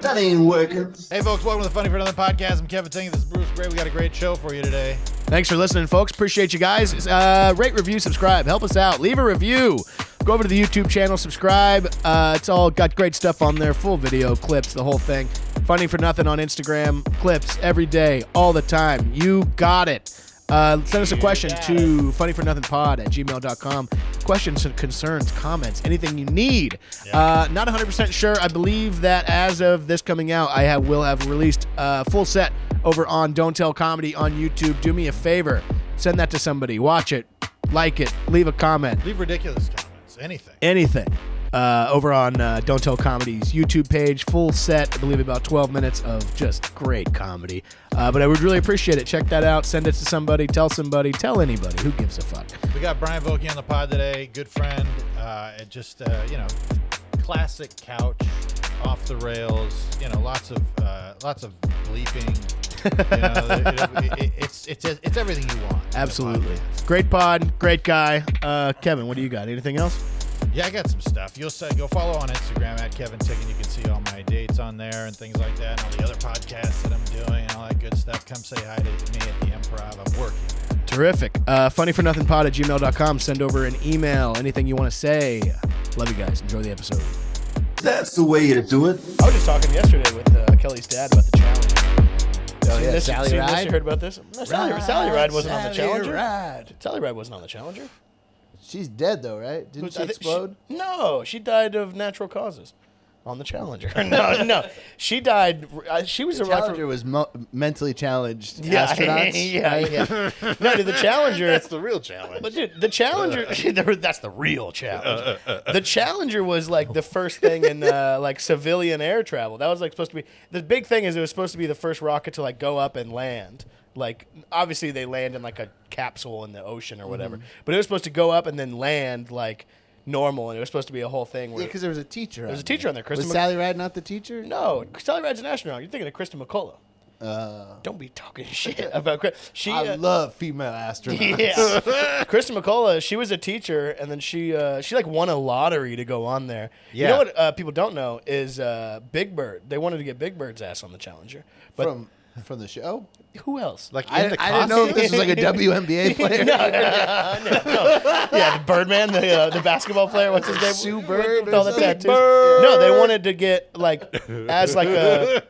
That ain't working. Hey, folks, welcome to the Funny for Another podcast. I'm Kevin Ting. This is Bruce Gray. We got a great show for you today. Thanks for listening, folks. Appreciate you guys. Uh, rate, review, subscribe. Help us out. Leave a review. Go over to the YouTube channel, subscribe. Uh, it's all got great stuff on there full video, clips, the whole thing. Funny for nothing on Instagram, clips every day, all the time. You got it. Uh, send us a question to funnyfornothingpod at gmail.com. Questions and concerns, comments, anything you need. Uh, not 100% sure. I believe that as of this coming out, I have, will have released a full set over on Don't Tell Comedy on YouTube. Do me a favor. Send that to somebody. Watch it. Like it. Leave a comment Leave ridiculous comments, anything. anything uh, over on uh, Don't Tell Comedy's YouTube page. Full set, I believe about 12 minutes of just great comedy. Uh, but I would really appreciate it. Check that out. Send it to somebody. Tell somebody. Tell anybody. Who gives a fuck? We got Brian Volke on the pod today, good friend. Uh, and just, uh, you know, classic couch, off the rails, you know, lots of uh, lots of bleeping. You know, it- it- it's, it's, it's everything you want. in a Absolutely. podcast. Great pod. Great guy. Uh, Kevin, what do you got? Anything else? Yeah, I got some stuff. You'll say, go follow on Instagram at Kevin Tick, and you can see all my dates on there and things like that, and all the other podcasts that I'm doing and all that good stuff. Come say hi to me at the Improv. I'm working. man. Terrific. Uh, funnyfornothingpod at gmail.com. Send over an email. Anything you want to say. Love you guys. Enjoy the episode. That's the way to do it. I was just talking yesterday with uh, Kelly's dad about the challenge. Oh, Seen yeah, this- Sally seen this? Ride. You heard about this? No, Sally, Ride, Sally Ride wasn't on the Sally Challenger. Ride. Sally Ride wasn't on the Challenger. She's dead though, right? I Didn't she think explode? no, she died of natural causes on the Challenger. no, no, she died. uh, She was a Challenger was mo- mentally challenged Yeah, astronauts. yeah, right? yeah. no, dude, the Challenger. That's the real challenge. Uh. But dude, the Challenger, that's the real challenge. The Challenger was like the first thing in uh, like civilian air travel. That was like supposed to be the big thing is it was supposed to be the first rocket to like go up and land. Like obviously they land in like a capsule in the ocean or whatever, but it was supposed to go up and then land like normal, and it was supposed to be a whole thing. Where because there was a teacher. There was a teacher on there, Kristen Was Mc- Sally Ride not the teacher? no, Sally Ride's an astronaut. You're thinking of Krista McCullough. Uh. Don't be talking shit about Chris. She I uh, love female astronauts. yeah. Kristen McCullough, she was a teacher, and then she uh, she like won a lottery to go on there. You know Yeah. what uh, people don't know is uh, Big Bird. They wanted to get Big Bird's ass on the Challenger, but From from the show. who else? like in I, the I didn't know if costume? this was like a WNBA player. yeah, the Birdman, the uh, the basketball player. What's his name? Sue With- Bird with or all the something? tattoos. No, they wanted to get like as like a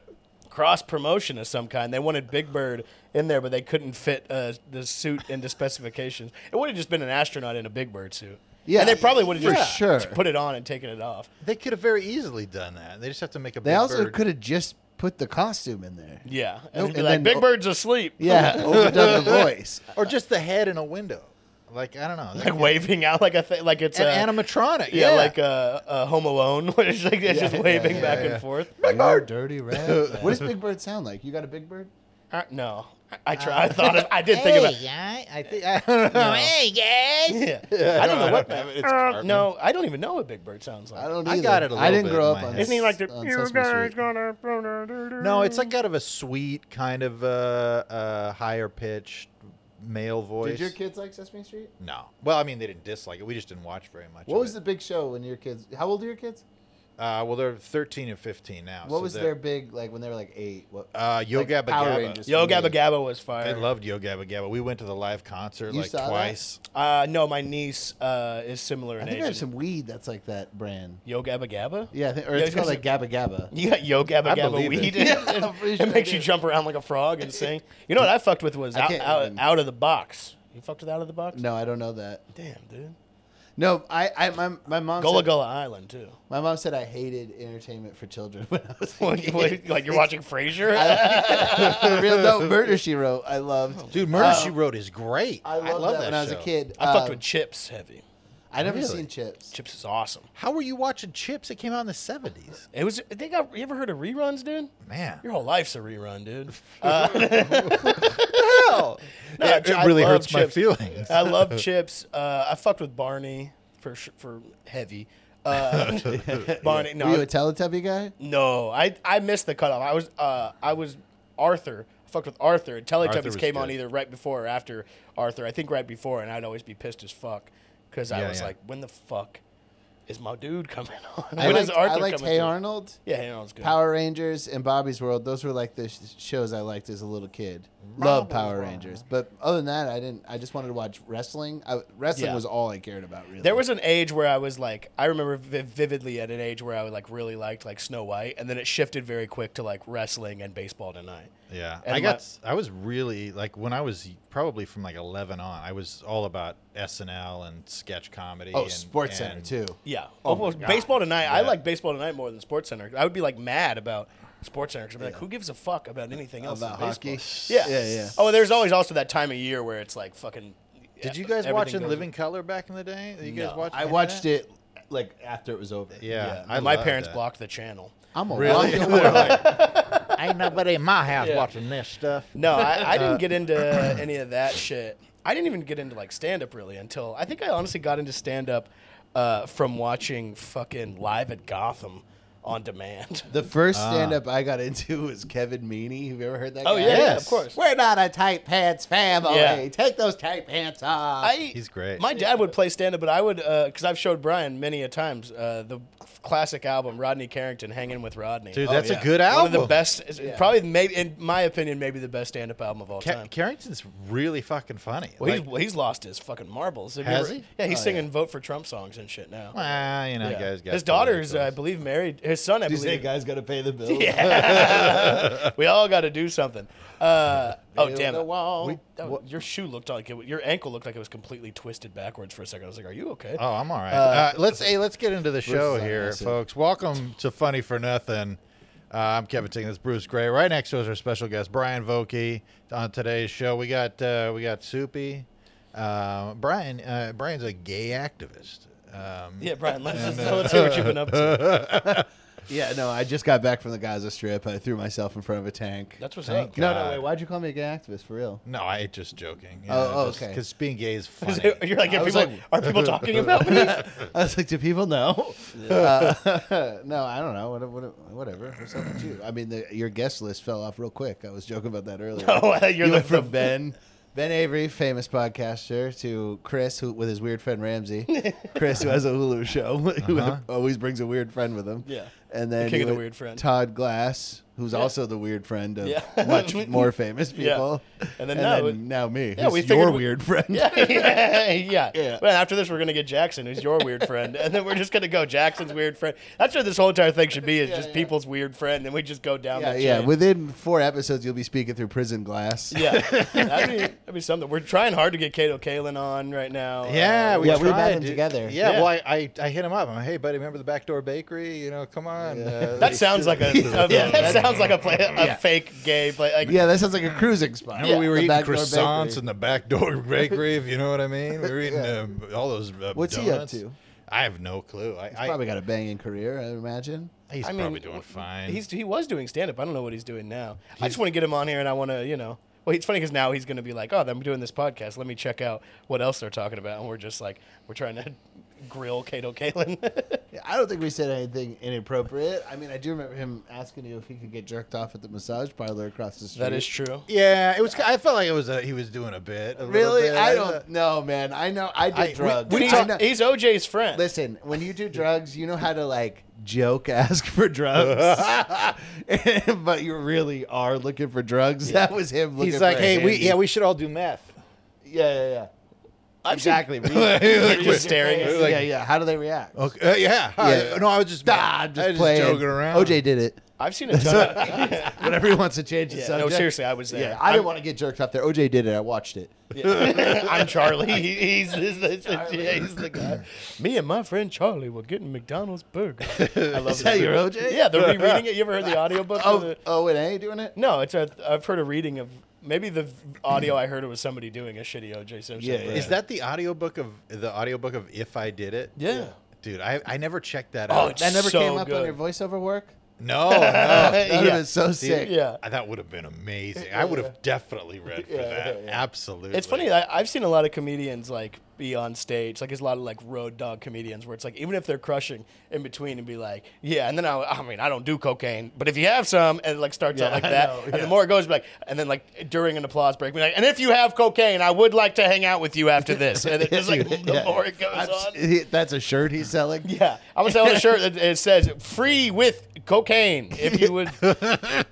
cross promotion of some kind. They wanted Big Bird in there, but they couldn't fit uh, the suit into specifications. It would have just been an astronaut in a Big Bird suit. Yeah, and they probably would have for just sure. put it on and taken it off. They could have very easily done that. They just have to make a. They big also bird. could have just put the costume in there. Yeah, and Nope, it'd be and like then- Big Bird's asleep. Yeah, overdone the voice. or just the head in a window. Like I don't know, like waving out like a thing, like it's an uh, animatronic. Yeah, like uh, uh, Home Alone, where it's like it's just waving back and forth. You're a dirty rat. what does Big Bird sound like? You got a Big Bird? Uh, no, I, I try. I thought of, I did think about. Yeah, I think I don't know. Hey guys! Yeah. I don't know what. I don't have it. It's Uh, carbon. no, I don't even know what Big Bird sounds like. I don't. I Either. got it a I little didn't bit grow up in my on. head. Isn't he like the on you Sesame guys Street. gonna? no, it's like kind of a sweet, kind of uh, uh, higher pitched male voice. Did your kids like Sesame Street? No. Well, I mean, they didn't dislike it. We just didn't watch very much. What of was the it. big show when your kids? How old are your kids? Uh, well, they're 13 and 15 now. What so was they're- their big like when they were like eight? What? Uh, Yo like, Gabba Power Gabba. Rangers. Yo Gabba Gabba was fire. They loved Yo Gabba Gabba. We went to the live concert You like saw that? twice. Uh, no, my niece uh, is similar I in think age. I have some weed that's like that brand. Yo Gabba Gabba. Yeah, I think, or Yeah, it's I was called like Gabba Gabba. You got Yo Gabba I Gabba believe it. weed. I'm pretty it sure I makes you do. jump around like a frog and sing. You know what I fucked with was out, can't out, even- out of the box. You fucked with out of the box? No, I don't know that. Damn, dude. No, I, I my, my mom Gullah said, Gullah Island too. my mom said I hated entertainment for children when I was Like- like like you're watching Frasier. Uh, real no murder she wrote. I Oh, loved. Dude, Murder Uh, She Wrote is great. I loved love that, when I was a show. kid. I fucked Um, with Chips heavy. I never Really? seen Chips. Chips is awesome. How were you watching Chips? It came out in the 70s. It was. They got. You ever heard of reruns, dude? Man. Your whole life's a rerun, dude. Uh, Hell. No, it, I it really love hurts my Chips. feelings. I love chips. Uh, I fucked with Barney for sh- for heavy. Uh, Barney, Were you no, a Teletubby guy? no, I I missed the cutoff. I was uh, I was Arthur. I fucked with Arthur. and Teletubbies Arthur was came on good. either right before or after Arthur. I think right before, and I'd always be pissed as fuck because I Yeah, was yeah. like, when the fuck is my dude coming on? I When liked, is Arthur I liked coming Hey through? Arnold, Yeah, Hey Arnold's good. Power Rangers, and Bobby's World. Those were like the sh- shows I liked as a little kid. Love Power Rangers, but other than that, I didn't. I just wanted to watch wrestling. I, wrestling Yeah. was all I cared about. Really, There was an age where I was like, I remember vi- vividly at an age where I was like really liked like Snow White, and then it shifted very quick to like wrestling and baseball tonight. Yeah, And I my- got. I was really like when I was probably from like eleven on. I was all about SNL and sketch comedy. oh and, Sports Center and- too. Yeah. Oh, well, baseball tonight. I like baseball tonight more than Sports Center. I would be like mad about Sports Center because I'd be like, who gives a fuck about anything else? About than hockey. baseball? Yeah. Yeah, yeah. Oh, and there's always also that time of year where it's like fucking. Did yeah, you guys watch everything In goes- Living Color back in the day? You guys No. watch? I watched it like after it was over. Yeah, Yeah. I my loved parents that. blocked the channel. I'm a Really? rock- Ain't nobody in my house watching this stuff. No, I, I Uh, didn't get into any of that shit. I didn't even get into like stand up really until I think I honestly got into stand up uh, from watching fucking Live at Gotham on demand. The first stand up I got into was Kevin Meaney. Have you ever heard that? Ah. Oh, guy? yeah, yeah, Yes. of course. We're not a tight pants family. Yeah. Take those tight pants off. I, uh, He's great. My dad would play stand up, but I would, because I've showed Brian many a times uh, the classic album, Rodney Carrington, Hanging with Rodney. Oh, Dude, that's yeah. a good album. One of the best, it's probably, maybe, in my opinion, maybe the best stand up album of all Ca- time. Carrington's really fucking funny. well, Like, he's, well, he's lost his fucking marbles. Have you Has ever- he? Oh, Yeah, he's singing Vote for Trump songs and shit now. well, you know, Yeah. guys got his daughter's, uh, I political. believe, married. His son, I you say believe. guys got to pay the bills. we all got to do something. Uh, oh Build damn a it! wall. We- that- your shoe looked like it, your ankle looked like it was completely twisted backwards for a second. I was like, "Are you okay?" Oh, I'm all right. Uh, let's hey, let's get into the show is on here, acid. folks. Welcome to Funny for Nothing. Uh, I'm Kevin Ting. That's Bruce Gray. Right next to us, our special guest Brian Vokey. On today's show, we got uh, we got Soupy. Uh, Brian uh, Brian's a gay activist. Um, yeah, Brian. Let's, let's hear what you've been up to. Yeah, no, I just got back from the Gaza Strip. I threw myself in front of a tank. That's what's Thank up. no, God. no, wait. Why'd you call me a gay activist for real? No, I just joking. Oh, oh, okay. Because being gay is funny. You're like, are was people, like- are people talking about me? I was like, do people know? Uh, no, I don't know. What, what, whatever. What's up with you? I mean, the, your guest list fell off real quick. I was joking about that earlier. No, Oh, you you're the- went from Ben, Ben Avery, famous podcaster, to Chris, who with his weird friend Ramsey. Chris, who has a Hulu show, who Uh-huh. always brings a weird friend with him. Yeah. and then king you of the went weird friend. Todd Glass, who's also the weird friend of Yeah. much more famous people. And then now- now me, Yeah, who's we your figured we- weird friend. yeah, yeah. Yeah. Well, after this, we're gonna get Jackson, who's your weird friend, and then we're just gonna go Jackson's weird friend. That's what this whole entire thing should be: is just people's weird friend, and we just go down. Yeah, the yeah. chain. Within four episodes, you'll be speaking through prison glass. yeah. That'd be, that'd be something. We're trying hard to get Kato Kalin on right now. Yeah, Uh, we Yeah, we met tried, him dude. together. Yeah, Yeah. well, I, I, I hit him up. I'm like, hey, buddy, remember the backdoor bakery? You know, come on. Uh, that sounds like a, a- that sounds like a play, a fake gay play. Like, Yeah, that sounds like a cruising spot. Remember we were The eating backdoor croissants bakery. in the back door bakery, if you know what I mean. We were eating um, all those uh, What's he up donuts. to? I have no clue. I, I, Probably got a banging career, I imagine. he's I mean, probably doing fine. He's he was doing stand up. I don't know what he's doing now. I just want to get him on here, and I want to you know. Well, it's funny because now he's going to be like, "Oh, I'm doing this podcast. Let me check out what else they're talking about." And we're just like, we're trying to grill Kato Kalin. Yeah, I don't think we said anything inappropriate. I mean, I do remember him asking you if he could get jerked off at the massage parlor across the street. that is true. yeah, it was. I felt like it was. A, he was doing a bit. a little Really? bit. I don't know, man. I know. I did I- we- drugs. He's, I know- he's OJ's friend. Listen, when you do drugs, you know how to like joke ask for drugs, but you really are looking for drugs. That was him. Looking He's like, for a hey, we handy." yeah, we should all do meth. yeah, yeah, yeah. I've seen- Exactly. We- They're just staring. At Like- yeah, yeah. How do they react? Okay. uh, yeah. hi. Yeah. No, I was just. Ah, I'm just I was playing. joking around. OJ did it. I've seen a ton. Of, Whenever he wants to change the Yeah, no, subject. seriously, I was there. Yeah, I didn't want to get jerked off there. OJ did it. I watched it. I'm Charlie. He- He's, he's, he's, he's the guy. Me and my friend Charlie were getting McDonald's burger. I love Is that your OJ? Yeah, they're rereading it. You ever heard the audiobook? of Oh, the- O and A doing it. No, it's a. I've heard a reading of maybe the audio I heard it was somebody doing a shitty OJ Simpson. Yeah, version. Is that the audiobook of the audiobook of If I Did It? Yeah. Dude, I, I never checked that Oh, out. it's- That never So came up on good. Uh, your voiceover work. No, no. That would have been so sick. Yeah. I- That would have been amazing. I would have definitely read for that. Absolutely. It's funny. I, I've seen a lot of comedians like be on stage. Like there's a lot of like road dog comedians where it's like even if they're crushing in between and be like, yeah, and then I, I mean I don't do cocaine, but if you have some and it, like starts out Yeah, like I that, know, and yeah. the more it goes, be like, and then like during an applause break, be like, and if you have cocaine, I would like to hang out with you after this. And it, it's like the more it goes I've s- on. he- that's a shirt he's selling. Yeah, I'm gonna sell a shirt that it says "free with cocaine" if you would. yeah,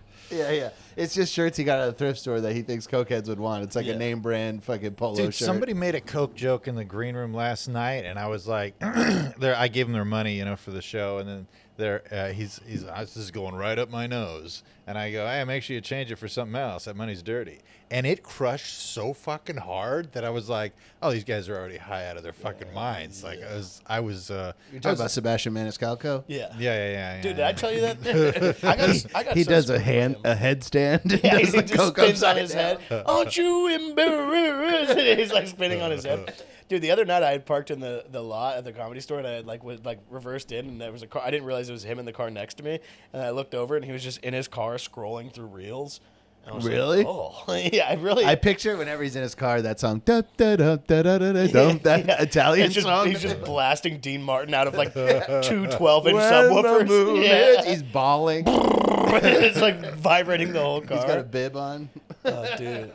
yeah. It's just shirts he got at a thrift store that he thinks cokeheads would want. It's like Yeah. a name brand fucking polo Dude, shirt. somebody made a Coke joke in the green room last night, and I was like, "There, I gave them their money, you know, for the show." And then there, uh, he's he's "Ah, this is going right up my nose, and I go, "Hey, make sure you change it for something else. That money's dirty." And it crushed so fucking hard that I was like, "Oh, these guys are already high out of their fucking minds." Like I was, I was, uh, You're I talking was- about Sebastian Maniscalco? Yeah. yeah, yeah, yeah, yeah. Dude, did yeah. I tell you that? I got, I got He so does a screwed hand with him. a headstand. and Yeah, does he the just coke spins on upside his down. head. Aren't you embarrassed? he's like spinning on his head. Dude, the other night I had parked in the, the lot at the comedy store and I had like was like reversed in and there was a car. I didn't realize it was him in the car next to me. And I looked over and he was just in his car scrolling through reels. And I was like, Really? oh, yeah, I really. I picture whenever he's in his car that song da da da da da da da dum, that Yeah. Italian It's just- song. He's just blasting Dean Martin out of like two 12 inch When the moon subwoofers. hits- Yeah. He's bawling. he's it's like vibrating the whole car. got a bib on. Oh, dude.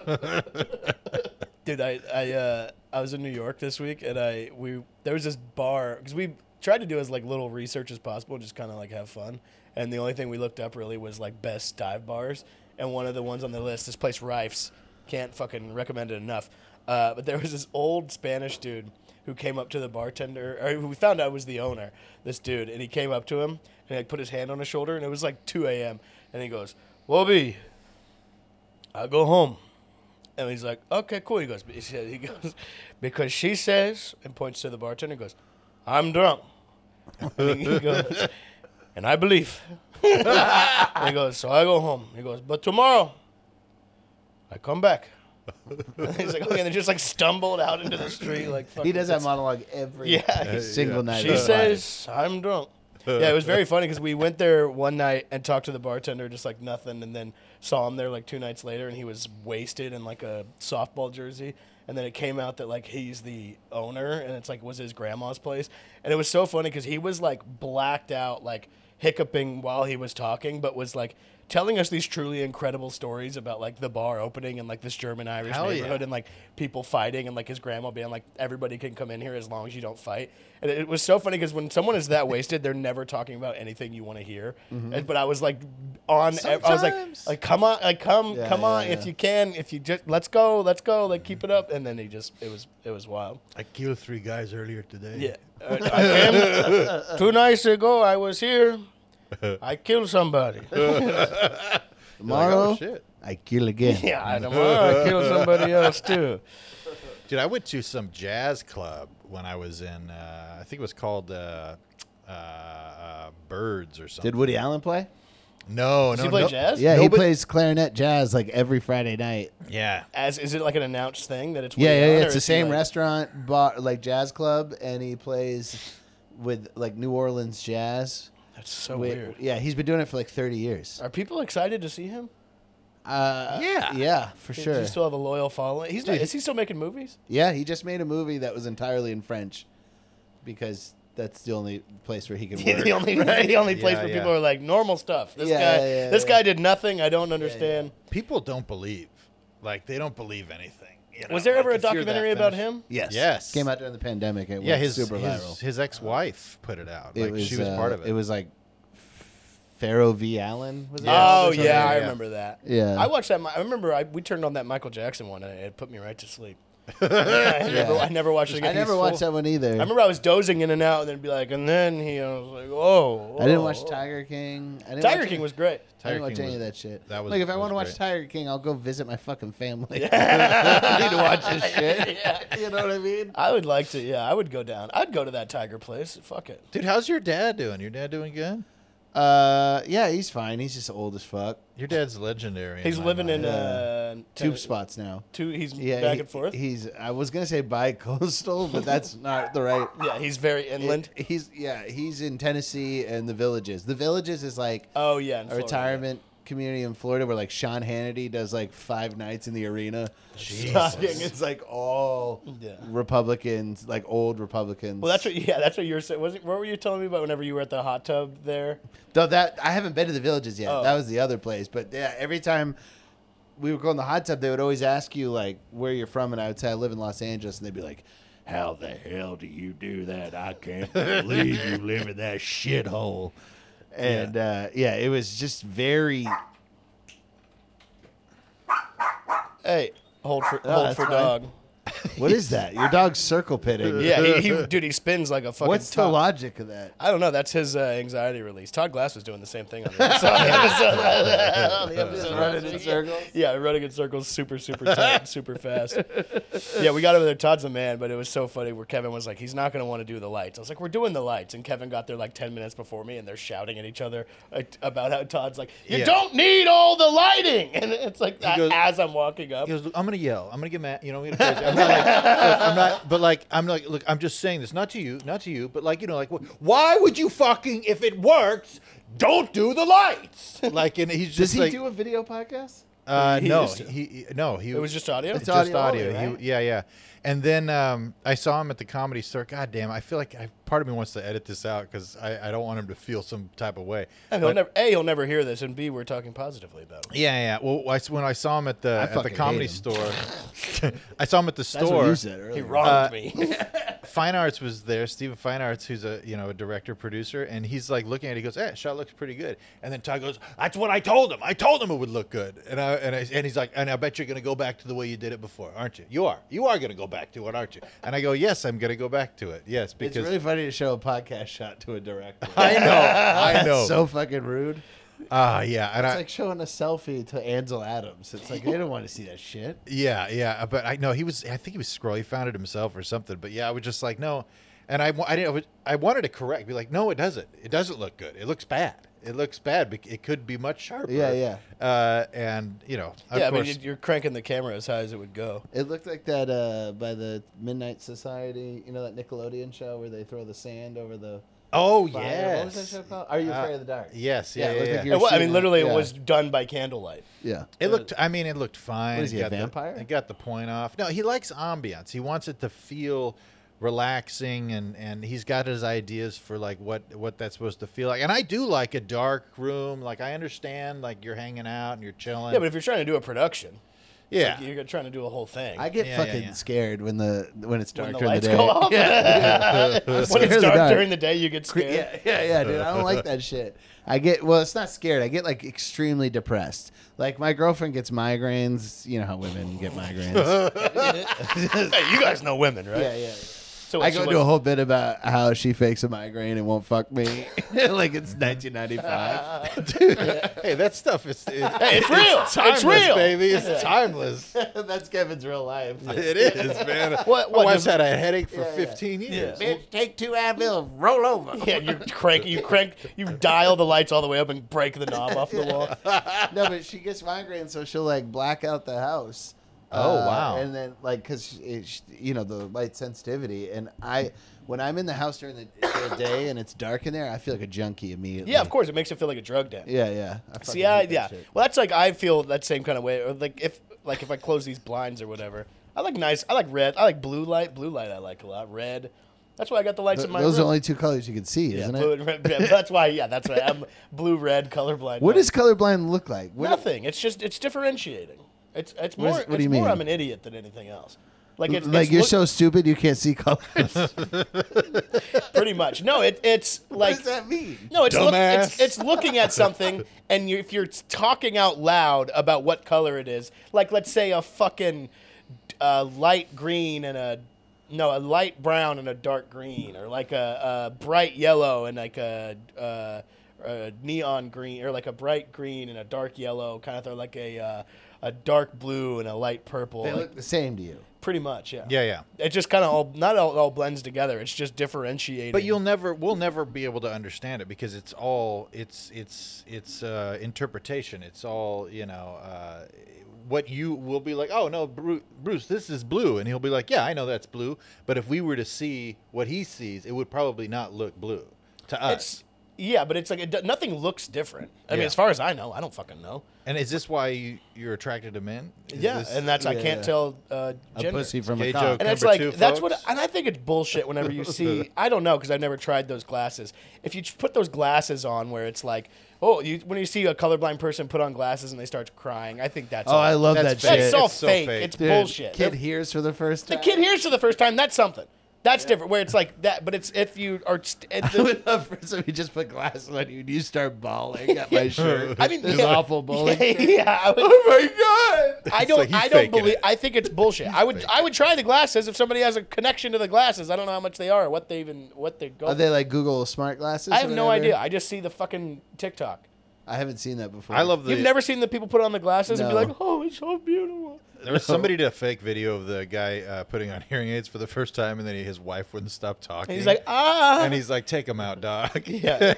dude, I I uh, I was in New York this week, and I we there was this bar because we tried to do as like little research as possible, just kind of like have fun. And the only thing we looked up really was like best dive bars, and one of the ones on the list, this place Rife's, can't fucking recommend it enough. Uh, but there was this old Spanish dude who came up to the bartender, or who we found out was the owner, this dude, and he came up to him and he, like put his hand on his shoulder, and it was like 2 a.m. and he goes, "Bobby, I go home. And he's like, okay, cool. He goes, he, said, he goes, because she says, and points to the bartender and goes, I'm drunk. And he goes, and I believe. And he goes, so I go home. He goes, but tomorrow, I come back. And he's like, okay, and they just like stumbled out into the street. like He fucking- does that monologue every Yeah. single night. She of his life. says, I'm drunk. Yeah, it was very funny because we went there one night and talked to the bartender just like nothing, and then saw him there like two nights later, and he was wasted in like a softball jersey. And then it came out that like he's the owner, and it's like was his grandma's place, and it was so funny because he was like blacked out, like hiccuping while he was talking, but was like telling us these truly incredible stories about like the bar opening and like this German Irish Hell yeah. neighborhood and like people fighting and like his grandma being like everybody can come in here as long as you don't fight and it was so funny because when someone is that wasted they're never talking about anything you want to hear Mm-hmm. and, but i was like on ev- i was like Sometimes. like come on like come Yeah, come yeah, on yeah. if you can if you just let's go let's go like keep it up and then he just it was it was wild I killed three guys earlier today. yeah Uh, I came- two nights ago i was here i killed somebody tomorrow oh, shit. I kill again. yeah I, tomorrow I killed somebody else too Dude, I went to some jazz club when I was in. Uh, I think it was called uh, uh, uh, Birds or something. Did Woody Allen play? no, does no, he play no. jazz Yeah, he Nobody- plays clarinet jazz like every Friday night. Yeah, as is it like an announced thing that it's Yeah, Woody yeah, Allen, yeah. or It's the is he, same like- restaurant bar, like jazz club, and he plays with like New Orleans jazz. That's so Wi- Oh, weird. Yeah, he's been doing it for like 30 years. Are people excited to see him? Uh, Yeah. yeah, for Does sure. he still have a loyal following? He's not, is he still making movies? Yeah, he just made a movie that was entirely in French because that's the only place where he can work. the only the only place Yeah, where yeah. people are like normal stuff. This Yeah, guy yeah, yeah, this yeah. guy did nothing. I don't understand. people don't believe. Like they don't believe anything. you know? Was there ever Like, a if you're that documentary about finished- him? yes. Yes. Came out during the pandemic. It Yeah, went his super his, viral. his ex-wife put it out. Like it was, she was uh, part of it. It was like Pharaoh V. Allen. Was it? Yeah. Oh or something. yeah, I Yeah. remember that. Yeah. I watched that. mi- I remember I, we turned on that Michael Jackson one, and it put me right to sleep. I, never, I never watched it again. I never watched that one either. I remember I was dozing in and out, and then be like, and then he, I was like, oh. I didn't oh, watch oh. Tiger King. I didn't Tiger watch- King was great. I didn't Tiger watch King any of was- that shit. that was- like if I that want to was watch great. Tiger King, I'll go visit my fucking family. I need to watch this shit. You know what I mean? I would like to. Yeah, I would go down. I'd go to that Tiger place. Fuck it. Dude, how's your dad doing? Your dad doing good? Uh, yeah, he's fine. He's just old as fuck. Your dad's legendary. He's my living in mind. uh, Two Tennessee. spots now. Two. He's Yeah, back he- and forth. He's. I was gonna say bi-coastal, but that's not the right. yeah, he's very inland. He's yeah. He's in Tennessee and the Villages. The Villages is like oh yeah, in a Florida. retirement community in Florida where like Sean Hannity does like five nights in the arena. Talking. It's like all Yeah. Republicans, like old Republicans. Well, that's what. Yeah, that's what you were saying. Was it, what were you telling me about whenever you were at the hot tub there? Though that I haven't been to the villages yet. Oh. That was the other place. But yeah, every time we would go in the hot tub, they would always ask you like where you're from, and I would say I live in Los Angeles, and they'd be like, "How the hell do you do that? I can't believe you live in that shithole." And yeah. Uh, yeah, it was just very. Hey, hold for Oh, hold that's for fine. dog. What is that? Your dog's circle pitting. Yeah, he, he dude, he spins like a fucking. What's the top. logic of that? I don't know. That's his uh, anxiety release. Todd Glass was doing the same thing on the episode. on the episode- on the episode last week. Yeah, running in circles, super, super tight, super fast. Yeah, we got over there. Todd's the man, but it was so funny where Kevin was like, he's not going to want to do the lights. I was like, we're doing the lights. And Kevin got there like 10 minutes before me, and they're shouting at each other uh, about how Todd's like, you Yeah. don't need all the lighting. And it's like, I- goes- as I'm walking up, He goes, "Look, I'm gonna yell. I'm gonna get mad. You know, I'm, gonna get crazy. I'm not like, look, I'm not. But like, I'm like, look, I'm just saying this, not to you, not to you, but like, you know, like, wh- why would you fucking if it works? Don't do the lights. Like, and he's Does just he like, do a video podcast? uh, He no, used to. he, he- no, he it was just audio. it's just audio audio. only, right? He, yeah, yeah. And then um, I saw him at the comedy store. God damn, I feel like I, part of me wants to edit this out because I, I don't want him to feel some type of way. And he'll never, A, he'll never hear this, and B, we're talking positively about him. Yeah, yeah. Well, I s when I saw him at the at the fucking comedy hate store, I saw him at the That's what store. you said earlier. He wronged me. Fine Arts was there. Steven Fine Arts, who's a you know a director producer, and he's like looking at it. He goes, "Eh, shot looks pretty good." And then Todd goes, "That's what I told him. I told him it would look good." And I and I, and he's like, "And I bet you're gonna go back to the way you did it before, aren't you? You are. You are gonna go back to it, aren't you?" And I go, "Yes, I'm gonna go back to it. Yes, It's because really funny to show a podcast shot to a director. I know, I know. That's so fucking rude. Ah, yeah, and I, It's like showing a selfie to Ansel Adams. It's like they don't want to see that shit. Yeah, yeah, but I know he was. I think he was scroll. He found it himself or something. But yeah, I was just like, no, and I, wa- I didn't. I, was, I wanted to correct, be like, no, it doesn't. It doesn't look good. It looks bad. It looks bad. bec- It could be much sharper. Yeah, yeah. Uh, and you know, of yeah, I mean, course, you- you're cranking the camera as high as it would go. It looked like that uh, by the Midnight Society. You know that Nickelodeon show where they throw the sand over the. oh fire? What was that yes, show called? Are you Uh, afraid of the dark? yes, Yeah, yeah, it looked yeah. like yeah. you It You're wa- I mean, seeing it, literally, yeah. it was done by candlelight. Yeah. It looked. I mean, it looked fine. What is he, It a got the- vampire? it got the point off. No, he likes ambiance. He wants it to feel relaxing, and and he's got his ideas for like what what that's supposed to feel like. And I do like a dark room. Like I understand, like you're hanging out and you're chilling. Yeah, but if you're trying to do a production, it's Yeah. like you're trying to do a whole thing. I get Yeah, yeah, fucking yeah. scared when the when it's dark when the during the lights day. go off, when scared it's of the dark dark. during the day, you get scared. Yeah, yeah, yeah, dude. I don't like that shit. I get well, it's not scared. I get like extremely depressed. Like my girlfriend gets migraines. You know how women get migraines. Hey, you guys know women, right? yeah, yeah. So I so go what's- into a whole bit about how she fakes a migraine and won't fuck me. like it's 1995. hey, that stuff is. It, Hey, it's real. It's, It's timeless, real. baby. It's timeless. That's Kevin's real life. It is, man. What- My what wife's does- had a headache for Yeah, yeah. 15 years. Bitch, take two Advil, roll over. Yeah, you crank, you crank, you dial the lights all the way up and break the knob off the wall. no, but she gets migraines, so she'll like black out the house. Uh, Oh, wow. And then like, cause it, sh- you know the light sensitivity, and I when I'm in the house during the, the day and it's dark in there, I feel like a junkie immediately. Yeah, of course, it makes it feel like a drug den. Yeah, yeah. I fucking See, I, hate that yeah. shit. Well, that's like I feel that same kind of way. Or like if like if I close these blinds or whatever, I like nice. I like red. I like blue light. Blue light I like a lot. Red. That's why I got the lights Th- in my those are the room. only two colors you can see, yeah, isn't blue it? and red. yeah, that's why. Yeah, that's why I'm blue red colorblind. What now. does colorblind look like? What nothing? It's just it's differentiating. It's it's more. is- what do it's you more mean? I'm an idiot than anything else. Like it's like it's you're look- so stupid you can't see colors. what pretty much. No, it, it's like does that mean? No, it's, look, it's Dumbass. it's looking at something, and you, if you're talking out loud about what color it is, like let's say a fucking uh, light green and a no, a light brown and a dark green, or like a, a bright yellow and like a, uh a neon green, or like a bright green and a dark yellow, kind of thing, like a uh, a dark blue and a light purple, They like, look the same to you. pretty much, yeah. Yeah, yeah. It just kind of all not all, all blends together. It's just differentiating. But you'll never, we'll never be able to understand it because it's all, it's, it's, it's uh, interpretation. It's all, you know, uh, what you will be like. Oh no, Bru- Bruce, this is blue, and he'll be like, yeah, I know that's blue. But if we were to see what he sees, it would probably not look blue to us. It's Yeah, but it's like it, do- nothing looks different. I mean, Yeah. as far as I know, I don't fucking know. And is this why you, you're attracted to men? Is yeah, this- and that's I can't yeah. tell uh, a gender. pussy from Gay a cock. joke. and it's Number like two, that's what, folks. and I think it's bullshit. Whenever you see, I don't know because I've never tried those glasses. If you put those glasses on, where it's like, oh, you when you see a colorblind person put on glasses and they start crying, I think that's Oh, all- I love that That's that's shit. shit. so, It's so fake. fake. It's Dude, bullshit. Kid hears for the first the time. kid hears for the first time. That's something. That's different. Where it's like that, but it's if you are. St- at I the- would love for somebody to just put glasses on you and you start bawling at my shirt. I mean, this yeah. awful bowling. Yeah, shirt. I would- Oh my god! I don't. like he's I don't faking believe. it. I think it's bullshit. I would. I would try the glasses if somebody has a connection to the glasses. I don't know how much they are, what they even, what they're Are going. they like Google smart glasses? I or have no whatever? idea. I just see the fucking TikTok. I haven't seen that before. I love the. You've never seen the people put on the glasses and No. be like, "Oh, it's so beautiful." There was somebody did a fake video of the guy uh, putting on hearing aids for the first time, and then he, his wife wouldn't stop talking. And he's like, "Ah." and he's like, "Take him out, dog." yeah.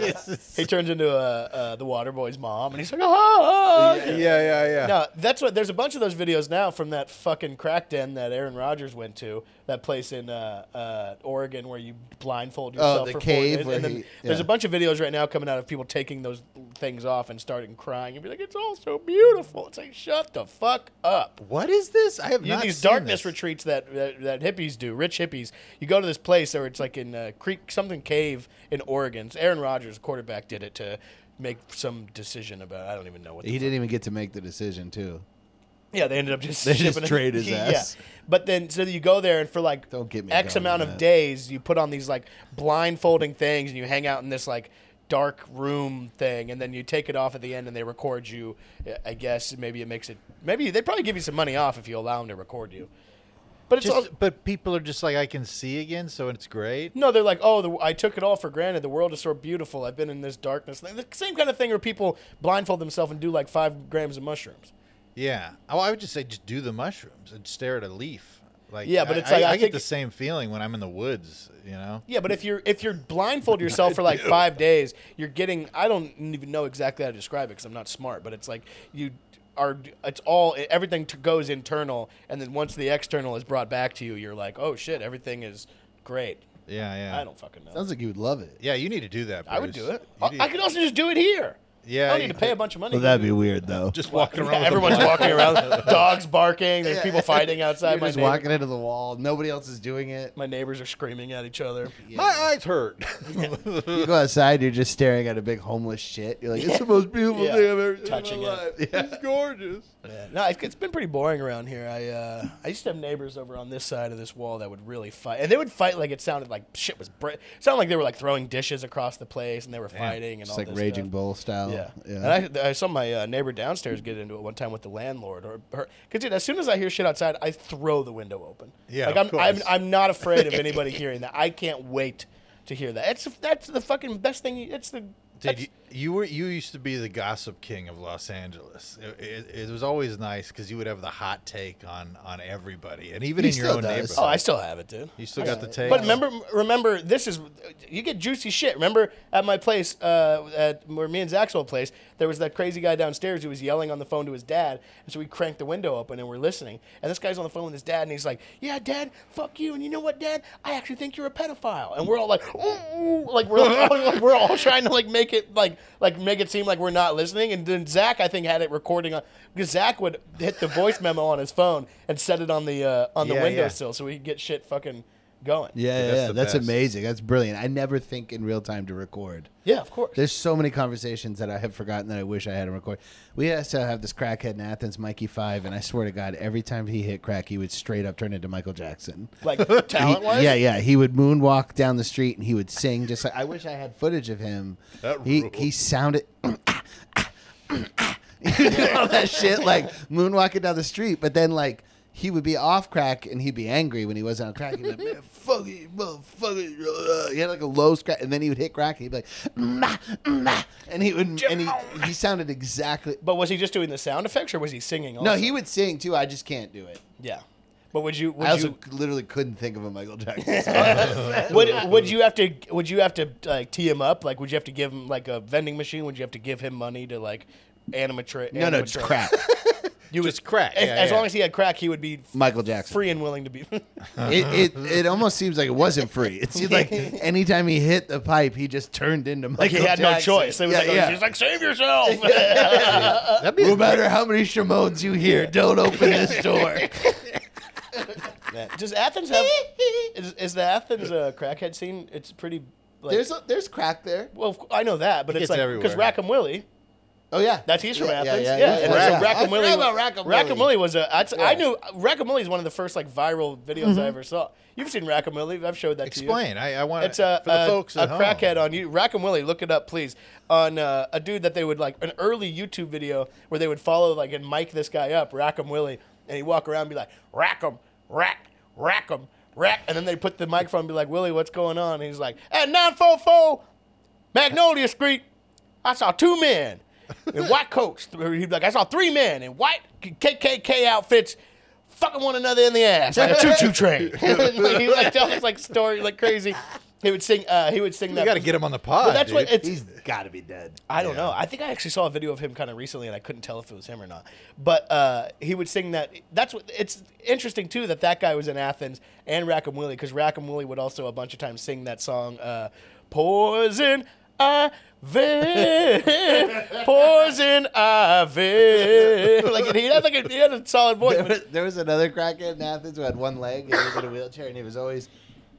he turns into uh, uh, the water boy's mom, and he's like, "Ah." yeah, yeah, yeah. No, that's what. There's a bunch of those videos now from that fucking crack den that Aaron Rodgers went to. That place in uh, uh, Oregon where you blindfold yourself Oh, the for cave four days. where And then he- There's a yeah. bunch of videos right now coming out of people taking those things off and starting crying and be like, "It's all so beautiful." It's like, shut the fuck up. What is this? I have You, not these seen darkness this. retreats that, that that hippies do, rich hippies. You go to this place, or it's like in uh, Creek something cave in Oregon. It's Aaron Rodgers, quarterback, did it to make some decision about. I don't even know what the He didn't even get to make the decision too. yeah, they ended up just They just shipping it. trade his ass. Yeah. But then so you go there and for like Don't get me X going on amount of that. days you put on these like blindfolding things and you hang out in this like dark room thing and then you take it off at the end and they record you. I guess maybe it makes it maybe they probably give you some money off if you allow them to record you. But it's Just- all, but people are just like, "I can see again," so it's great. no, they're like, oh, the, I took it all for granted. The world is so beautiful. I've been in this darkness. The same kind of thing where people blindfold themselves and do like five grams of mushrooms. Yeah. Oh, I would just say just do the mushrooms and stare at a leaf. Like Yeah, but it's like, I, I get think- the same feeling when I'm in the woods. You know. Yeah, but if you're if you're blindfold yourself for like five days, you're getting I don't even know exactly how to describe it because I'm not smart, but it's like you are it's all everything t- goes internal, and then once the external is brought back to you, you're like, oh shit, everything is great. Yeah, yeah. I don't fucking know. Sounds like you would love it. Yeah, you need to do that. Bruce. I would do it. You I, I could also just do it here. Yeah, I don't you need to pay a could. bunch of money. Well, that'd be weird though. just walking around. Yeah, with a everyone's blind- walking around, dogs barking, there's people fighting outside. You're my just neighbor- walking into the wall. Nobody else is doing it. my neighbors are screaming at each other. My eyes hurt. You go outside. You're just staring at a big homeless shit. You're like, it's the most beautiful Yeah. thing I've ever seen Touching in it. my life. It's gorgeous. Yeah. No, it's, it's been pretty boring around here. I uh, I used to have neighbors over on this side of this wall that would really fight, and they would fight like it sounded like shit was. Bre- sounded like they were like throwing dishes across the place, and they were fighting and It's all like this Raging stuff. Bull style. Yeah. yeah. And I, I saw my uh, neighbor downstairs get into it one time with the landlord or her. Cause dude, as soon as I hear shit outside, I throw the window open. Yeah, Like of I'm, I'm, course. I'm not afraid of anybody hearing that. I can't wait to hear that. It's that's the fucking best thing. you- It's the Dude, that's- you, you were you used to be the gossip king of Los Angeles. It, it, it was always nice because you would have the hot take on on everybody, and even He in your still own does. neighborhood. Oh, I still have it, dude. You still got the tape. But remember, remember, this is you get juicy shit. Remember at my place, uh, at where me and Zach's old place, there was that crazy guy downstairs who was yelling on the phone to his dad, and so we cranked the window open and we're listening. And this guy's on the phone with his dad, and he's like, "Yeah, Dad, fuck you, and you know what, Dad? I actually think you're a pedophile." And we're all like, "Ooh," like we're all, like we're all trying to like make it like like make it seem like we're not listening. And then Zach, I think, had it recording on because Zach would hit the voice memo on his phone and set it on the uh, on the Yeah, yeah. windowsill so we could get shit fucking going. Yeah, yeah, that's yeah. the that's best. amazing. That's brilliant. I never think in real time to record. Yeah, of course. There's so many conversations that I have forgotten that I wish I had them record. We used to have this crackhead in Athens, Mikey Five, and I swear to God, every time he hit crack, he would straight up turn into Michael Jackson. Like talent wise? Yeah, yeah. He would moonwalk down the street and he would sing just like I wish I had footage of him. That he ruled. he sounded you know, all that shit like moonwalking down the street, but then like he would be off crack and he'd be angry when he wasn't on crack. He'd be like, man, fuck it, motherfucker. uh, uh." He had like a low scratch, and then he would hit crack and he'd be like, "Mwah, mwah," and he would, and he, he sounded exactly. But was he just doing the sound effects or was he singing also? No, he would sing too. I just can't do it. Yeah. But would you would I also you literally couldn't think of a Michael Jackson song. would, would you have to would you have to like tee him up? Like would you have to give him like a vending machine? Would you have to give him money to like animatronic? No, no, just crack. You Just crack, As, yeah, as yeah. long as he had crack, he would be Michael Jackson. free and willing to be. Uh-huh. It, it it almost seems like it wasn't free. It seemed like anytime he hit the pipe, he just turned into Michael. like he had no Jackson. choice. It was Yeah, like, yeah. he's like, save yourself. That'd be no matter how many Shamones you hear, don't open this door. Does Athens have? is, is the Athens uh, crackhead scene? It's pretty. Like, there's a, there's crack there. well, of cou- I know that, but It it's gets like everywhere. because Rackham Willie. Oh yeah, That's he's from yeah, Athens. Yeah, yeah. and yeah, so yeah. I Rackham forgot Willie. about Rackham Willie. was a. I'd- I knew Rackham Willie is one of the first like viral videos I ever saw. You've seen Rackham Willie? I've showed that to you. explain. I, I want It's a, for the a- folks a at home. crackhead on you. Rack and Willie, look it up, please. On uh, a dude that they would like an early YouTube video where they would follow like and mic this guy up, Rack 'em Willie, and he'd walk around and be like, Rack 'em, rack, rack 'em, rack, and then they put the microphone and be like, Willie, what's going on? And he's like, at 944 Magnolia Street, I saw two men in white coats. He'd be like, I saw three men in white KKK outfits fucking one another in the ass like a choo-choo train. like, he like tells like story like crazy. He would sing. Uh, he would sing that. You got to get him on the pod. But that's dude. what it's. He's got to be dead. I don't know. I think I actually saw a video of him kind of recently, and I couldn't tell if it was him or not. But uh, he would sing that. That's what. It's interesting too that that guy was in Athens and Rackham Willie, because Rackham Willie would also a bunch of times sing that song, uh, "Poison Ivy, Poison Ivy." Like and he had like a, he had a solid voice. There But was, there was another crackhead in Athens who had one leg and he was in a wheelchair and he was always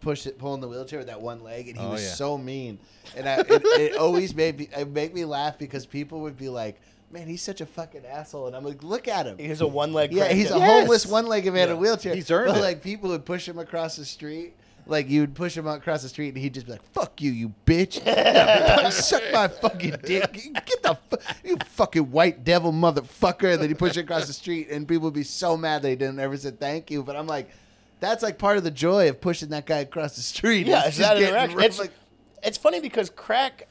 push it, pulling the wheelchair with that one leg and he Oh, was yeah. so mean. And I, it, it always made me, it made me laugh because people would be like, "Man, he's such a fucking asshole," and I'm like, "Look at him." he's a one-leg. Yeah, he's a crackhead. homeless one-legged man in a wheelchair. He's earned but, it. like people would push him across the street. Like you would push him across the street, and he'd just be like, "Fuck you, you bitch! Suck my fucking dick! Get the fu- you fucking white devil motherfucker!" And then he push it across the street, and people would be so mad they didn't ever say thank you. But I'm like, that's like part of the joy of pushing that guy across the street. Yeah, is it's just that getting interaction. rough, It's, like, it's funny because crack,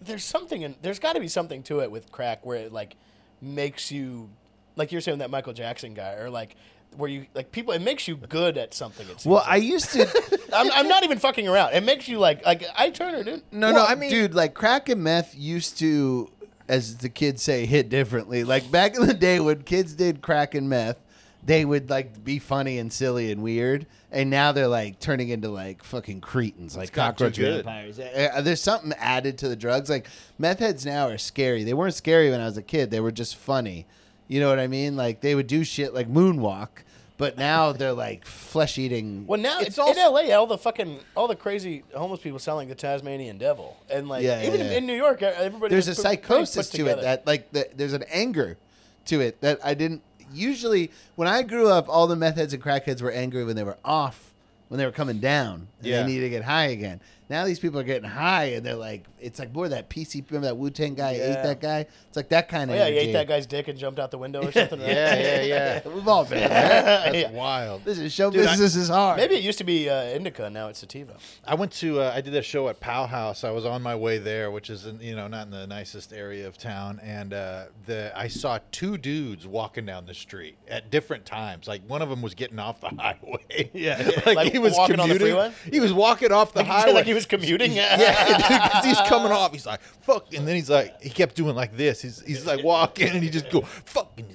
there's something in there's got to be something to it with crack where it like makes you, like you're saying that Michael Jackson guy, or like where you like people it makes you good at something. It seems. well, I used to. I'm, I'm not even fucking around. It makes you like like I Turner, dude. No, no, I mean, dude, like crack and meth used to, as the kids say, hit differently. Like back in the day when kids did crack and meth, they would like be funny and silly and weird, and now they're like turning into like fucking cretins, like gotten too cockroach good. vampires. Uh, uh, There's something added to the drugs. Like meth heads now are scary. They weren't scary when I was a kid. They were just funny. You know what I mean? Like they would do shit like moonwalk, but now they're like flesh eating. Well, now It's it's also- in LA. All the fucking all the crazy homeless people sound like the Tasmanian devil, and like Yeah, yeah, even yeah. in New York, everybody there's a was pretty- pretty psychosis put to it together. that like the, there's an anger to it that I didn't usually when I grew up all the meth heads and crackheads were angry when they were off when they were coming down and Yeah. they needed to get high again. Now these people are getting high and they're like it's like more of that PC remember that Wu Tang guy Yeah. ate that guy. It's like that kind Oh, of yeah, he ate that guy's dick and jumped out the window or something. Right? Yeah, yeah, yeah. We've all been there. Yeah. That's wild. This is show Dude, I- business is hard. Maybe it used to be uh, indica, now it's sativa. I went to uh, I did that show at Pow House. I was on my way there, which is in, you know not in the nicest area of town, and uh, the I saw two dudes walking down the street at different times. Like one of them was getting off the highway. Yeah, like, Like he was walking on the commuting. freeway? He was walking off the highway. like he was commuting. Yeah, dude, 'cause he's coming off. He's like, fuck. And then he's like, he kept doing like this. He's, he's like walking and he just go, fucking,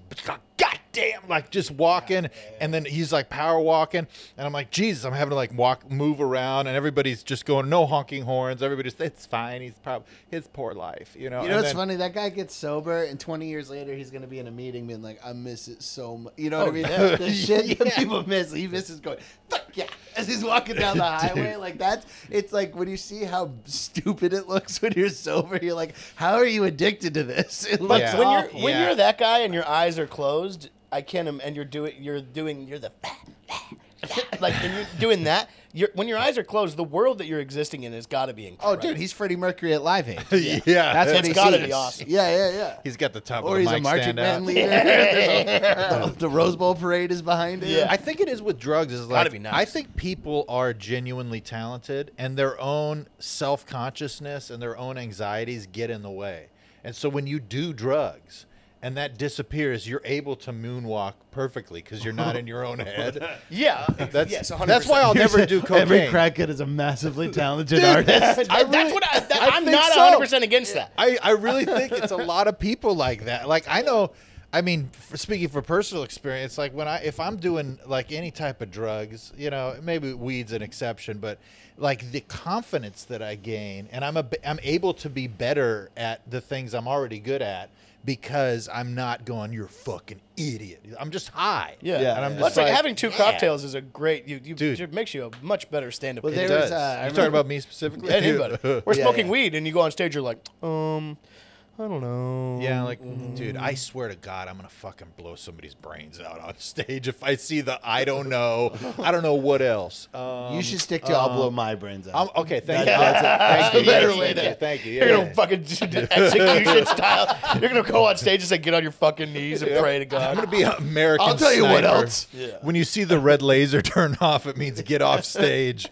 goddamn. Like just walking. And then he's like power walking. And I'm like, Jesus, I'm having to like walk, move around. And everybody's just going, no honking horns. Everybody's, it's fine. He's probably, his poor life, you know? You know And what's then- funny? That guy gets sober, and 20 years later, he's going to be in a meeting being like, I miss it so much. You know what I mean? The shit that people miss, he misses going, fuck yeah, as he's walking down the highway. like, that's, it's like when you see how stupid it looks when you're sober, you're like, how are you addicted to this? It looks Yeah. Oh, when you're awful. when Yeah. you're that guy and your eyes are closed, I can't. im- And you're doing you're doing you're the like and you're doing that. You're, when your eyes are closed, the world that you're existing in has got to be Oh, incredible. dude, he's Freddie Mercury at Live Aid. yeah. That's what It's he gotta sees. be awesome. Yeah, yeah, yeah. He's got the top or of the he's a mic marching stand band out. leader. There's a- the Rose Bowl parade is behind him. Yeah. I think it is with drugs. Is Gotta like be nice. I think people are genuinely talented, and their own self consciousness and their own anxieties get in the way. And so when you do drugs, and that disappears, you're able to moonwalk perfectly because you're not in your own head. yeah, That's yes, 100%. that's why I'll never do cocaine. Every crackhead is a massively talented artist. That- that's what I, that, I I'm think not so. 100 percent against that. I, I really think it's a lot of people like that. Like I know I mean, for speaking for personal experience, like when I if I'm doing like any type of drugs, you know, maybe weed's an exception, but like the confidence that I gain, and I'm a I'm able to be better at the things I'm already good at because I'm not going. You're a fucking idiot. I'm just high. Yeah. Yeah. and I'm Well, Well, it's just like, like, having two yeah. cocktails is a great. You, you Dude. it makes you a much better stand-up. Well, comedian. It There was, does. uh, I You're remember- talking about me specifically. anybody. We're Yeah, smoking yeah. weed, and you go on stage, you're like, um, I don't know. Yeah, like, dude, I swear to God, I'm gonna fucking blow somebody's brains out on stage if I see the I don't know, I don't know what else. Um, Oh. you should stick to I'll blow my brains out. I'm, okay, thank That- you. that's it. Thank you. That's a better yes, thank way to- you, Thank you. You're yeah. gonna fucking do the execution style. You're gonna go on stage and say, "Get on your fucking knees and pray to I'm God." gonna be an American. I'll tell you what sniper. else. When you see the red laser turn off, it means get off stage.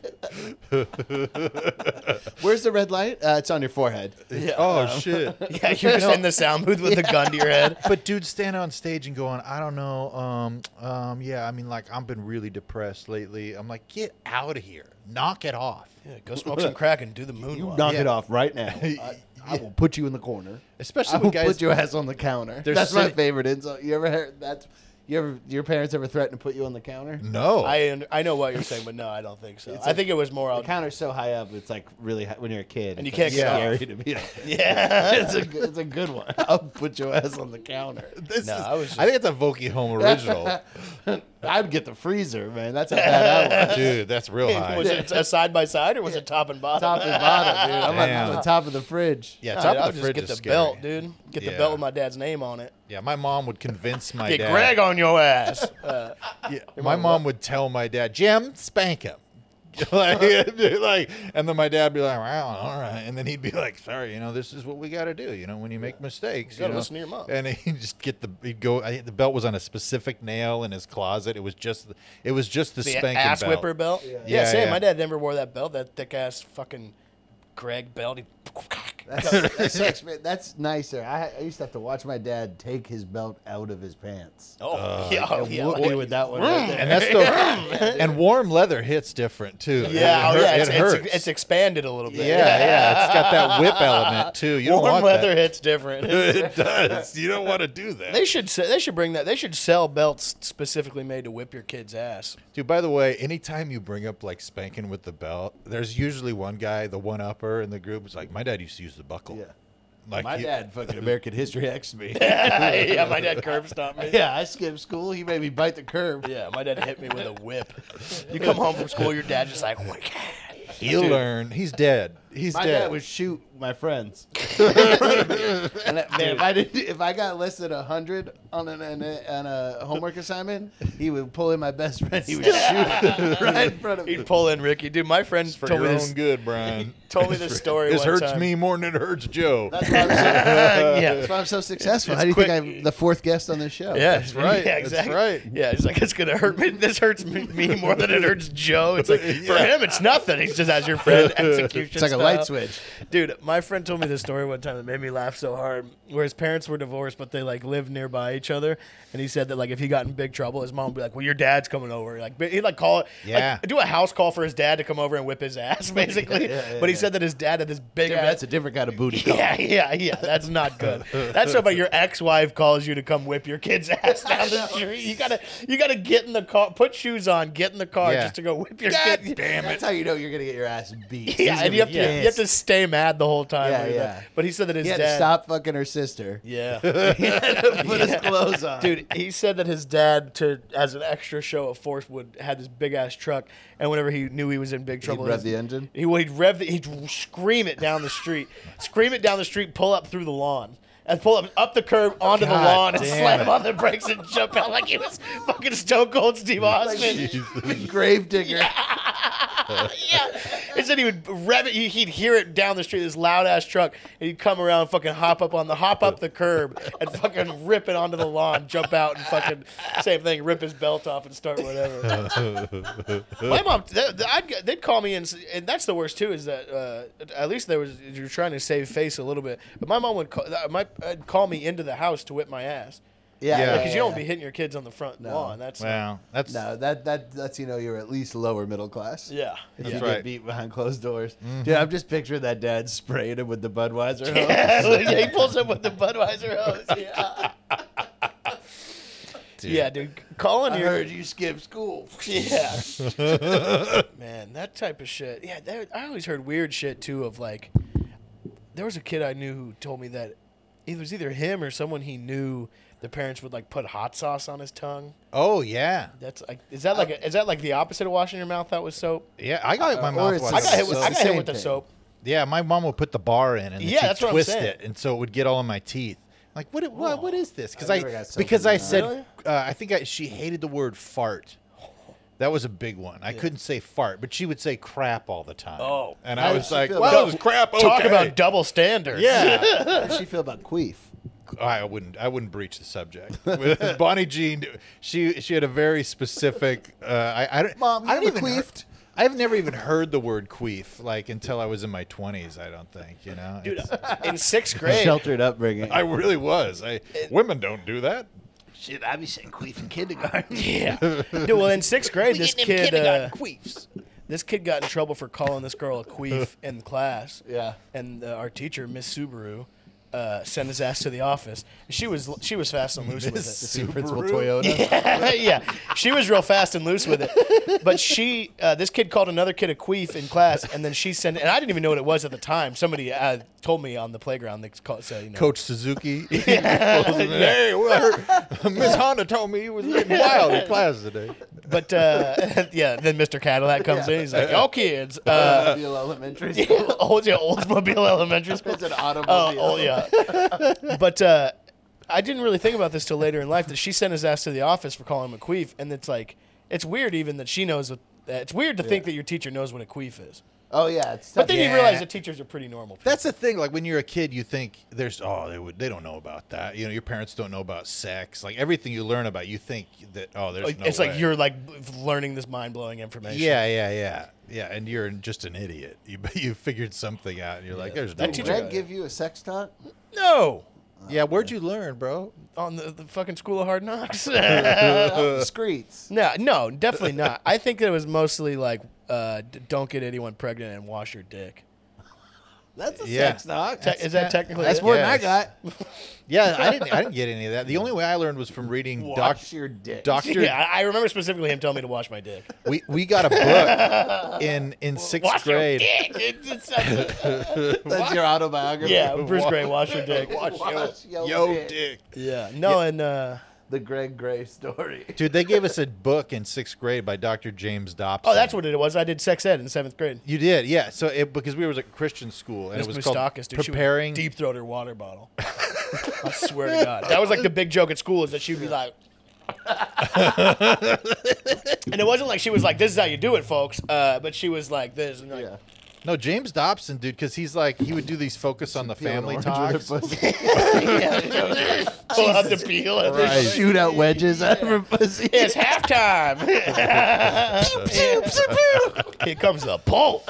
Where's the red light? Uh, it's on your forehead. Oh shit! Um, Yeah, you're just in the sound booth with a gun to your head. But dude, standing on stage and going, I don't know, um, um, yeah, I mean, like I've been really depressed lately. I'm like, get out of here, knock it off. Yeah, go smoke some crack and do the moonwalk. You knock Yeah. it off right now. I, I will put you in the corner. Especially I when will guys- put your ass on the counter. They're That's my sitting- favorite insult. You ever heard that? You ever your parents ever threatened to put you on the counter? No, I un- I know what you're saying, but no, I don't think so. I think it was more The out. counter's so high up, it's like really high, when you're a kid. And it's you like scary get can't to be. Like, yeah, it's a good- it's a good one. I'll put your ass on the counter. this No, is, I I, was just- think it's a Vokey Home original, I'd get the freezer, man. That's how bad I was. dude. That's real high. was it a side by side or was it top and bottom? Top and bottom, dude. I'm on- I'm on Damn. the top of the fridge. yeah, Nah, top I'll of the just fridge get is the scary. belt, dude. Get the Yeah. belt with my dad's name on it. Yeah, my mom would convince my Get dad. Greg on your ass. Uh, Yeah, my mom would tell my dad, Jim, spank him. like, like, and then my dad would be like, wow, all right. And then he'd be like, sorry, you know, this is what we got to do. You know, when you make mistakes, You gotta know. listen to your mom. And he'd just get the, he'd go, I, think the belt was on a specific nail in his closet. It was just, the- it was just the, the spanking ass belt. whipper belt. Yeah, Yeah, same. yeah. My dad never wore that belt. That thick ass fucking Greg belt. He- That's, that sucks, man. That's nicer. I, I used to have to watch my dad take his belt out of his pants. oh yeah, oh, and yeah. whoop me with that one. Right there. And that's the, and warm leather hits different too. it, Yeah, oh, hurt- yeah. It's, it it's, hurts. it's expanded a little bit. yeah, yeah, it's got that whip element too. You don't Warm want leather that. hits different. It does. You don't want to do that. they should se- they should bring that. They should sell belts specifically made to whip your kid's ass. Dude, by the way, anytime you bring up like spanking with the belt, there's usually one guy, the one upper in the group, is like, "My dad used to use the buckle." Yeah. like My he- dad fucking American History X me. yeah, my dad curb stomped me. yeah, I skipped school. He made me bite the curb. Yeah, my dad hit me with a whip. You come home from school, your dad's just like, "Wick." He'll learn. He's dead. He's My dead. dad would shoot my friends. and that, man, if I did, if I got less than hundred on an on a, on a homework assignment, he would pull in my best friend. He would shoot him right in front of me. he'd pull in Ricky. Dude, my friend for told your me own this. good, Brian. told me this story This one hurts time. me more than it hurts Joe. That's why I'm so, yeah. that's why I'm so successful. It's How do you quick. think I'm the fourth guest on this show? Yeah, That's right. Yeah, That's exactly. right. Yeah, he's like, it's gonna hurt me. This hurts me, me more than it hurts Joe. It's like for him, it's nothing. He's just as your friend. Execution. it's like a style. light switch. Dude, my friend told me this story one time that made me laugh so hard. Where his parents were divorced, but they like lived nearby each other, and he said that like if he got in big trouble, his mom would be like, "Well, your dad's coming over." Like but he'd like call, Yeah. like, do a house call for his dad to come over and whip his ass, basically. yeah, but he yeah. said that his dad had this big Different- ass. That's a different kind of booty call. Yeah, yeah, yeah. That's not good. That's about your ex-wife calls you to come whip your kid's ass down the street. You gotta, you gotta get in the car, put shoes on, get in the car Yeah. just to go whip your kid. damn That's how you know you're gonna get your ass beat. He's Yeah, gonna and you have be to, you have pissed. to stay mad the whole time. Yeah, when you're yeah. there. But he said that his He had dad. to stop fucking her sister. Yeah, He had to put his clothes on. dude. He said that his dad, to as an extra show of force, would had this big ass truck, and whenever he knew he was in big trouble, rev his- the engine? He would he'd rev the, he'd scream it down the street, scream it down the street, pull up through the lawn. And pull up up the curb onto the God lawn and damn slam it. on the brakes and jump out like he was fucking Stone Cold Steve Austin. grave digger. yeah. He said he would rev it. he- He'd hear it down the street, this loud ass truck, and he'd come around, fucking hop up on the hop up the curb, and fucking rip it onto the lawn, jump out, and fucking same thing, rip his belt off and start whatever. My mom, th- th- I'd, get- they'd call me and, s- and that's the worst too is that uh, at least there was you're trying to save face a little bit, but my mom would call, uh, my I'd call me into the house to whip my ass. Yeah, Yeah. Because you don't yeah. be hitting your kids on the front lawn. That's Wow, that's No, that that lets you know you're at least lower middle class. yeah. Mm-hmm. If That's you right. get beat behind closed doors. Dude, I'm just picturing that dad spraying him with the Budweiser hose. yeah, he pulls up with the Budweiser hose. Yeah. dude. Yeah, dude. Calling I your heard you skip school. Yeah. Man, that type of shit. Yeah, there, I always heard weird shit too of like there was a kid I knew who told me that it was either him or someone he knew the parents would like put hot sauce on his tongue. Oh yeah, That's like is that like a, is that like the opposite of washing your mouth out with soap? yeah. I got my or mouth it's washed. the I got hit with So I it's got the hit same with the thing. soap. Yeah, my mom would put the bar in and then Yeah, she'd that's what I'm twist saying. it, and so it would get all in my teeth. Like what? What, what is this? Because I I, never got something because I like that. said Really? uh, I think I, she hated the word fart. That was a big one. I couldn't say fart, but she would say crap all the time. Oh. and I How was did she like, feel well, about- that was crap. Okay. Talk about double standards. yeah. How does she feel about queef? I wouldn't. I wouldn't breach the subject. With Bonnie Jean, she she had a very specific. Uh, I I don't. Mom, you I don't ever even. hear- queefed? I've never even heard the word queef like until I was in my twenties. I don't think you know. Dude, It's- in 6th grade. Sheltered upbringing. I really was. I women don't do that. Shit, I be saying queef in kindergarten. Yeah. Dude, well, in 6th grade We this getting them kid uh, kindergarten queefs. this kid got in trouble for calling this girl a queef in class. Yeah. And uh, our teacher, Miss Subaru, uh, sent his ass to the office. She was she was fast and loose with See Principal Subaru? Toyota. it. yeah, she was real fast and loose with it. But she, uh, this kid called another kid a queef in class, and then she sent. And I didn't even know what it was at the time. Somebody uh, told me on the playground. They called, so, you know, Coach Suzuki. hey, well, her- Miss Honda told me he was getting wild in class today. But uh, yeah, then Mr. Cadillac comes in. He's like, "Y'all kids." Uh, Mobile Elementary School. old, yeah, Oldsmobile Elementary School. It's an automobile. Oh, oh yeah. but uh, I didn't really think about this till later in life that she sent his ass to the office for calling him a queef, and it's like it's weird even that she knows what. Uh, it's weird to think that your teacher knows what a queef is, Oh, yeah. It's but then you realize Yeah. that teachers are pretty normal. People. That's the thing. Like when you're a kid, you think there's oh they would they don't know about that. You know your parents don't know about sex. Like everything you learn about, you think that oh there's no. it's way. like you're like b- learning this mind blowing information. Yeah, yeah, yeah, yeah, and you're just an idiot. You you figured something out, and you're like, there's no. That way. teacher- Greg give you a sex talk? No, yeah, where'd you learn, bro? on the, the fucking School of Hard Knocks. Uh, Discreets. No, no, definitely not. I think that it was mostly like, uh, d- don't get anyone pregnant and wash your dick. That's a Yeah. sex talk. Te- is that technically? That's it? more than I Yes. got. Yeah, I didn't. I didn't get any of that. The only way I learned was from reading Doc, Wash your dick. Doctor Yeah, I I remember specifically him telling me to wash my dick. we we got a book in in sixth Wash your grade. dick. It just sounds- That's your autobiography. yeah, Bruce Gray, wash your dick. Wash your dick. Yeah, no, and uh, The Greg Gray story. Dude, they gave us a book in sixth grade by Dr. James Dobson. oh, that's what it was. I did sex ed in seventh grade. you did. Yeah, so it, because we was at Christian school and Miss it was called Moustakis, dude, preparing. deep throat her water bottle. I swear to God, that was like the big joke at school is that she'd be like, and it wasn't like she was like, "This is how you do it, folks," uh, but she was like, "This," and like, Yeah. No, James Dobson, dude, because he's like he would do these focus on the family talks. pull out the peel. and Christ. Shoot out wedges out of her pussy. It's halftime. Here comes the pulp.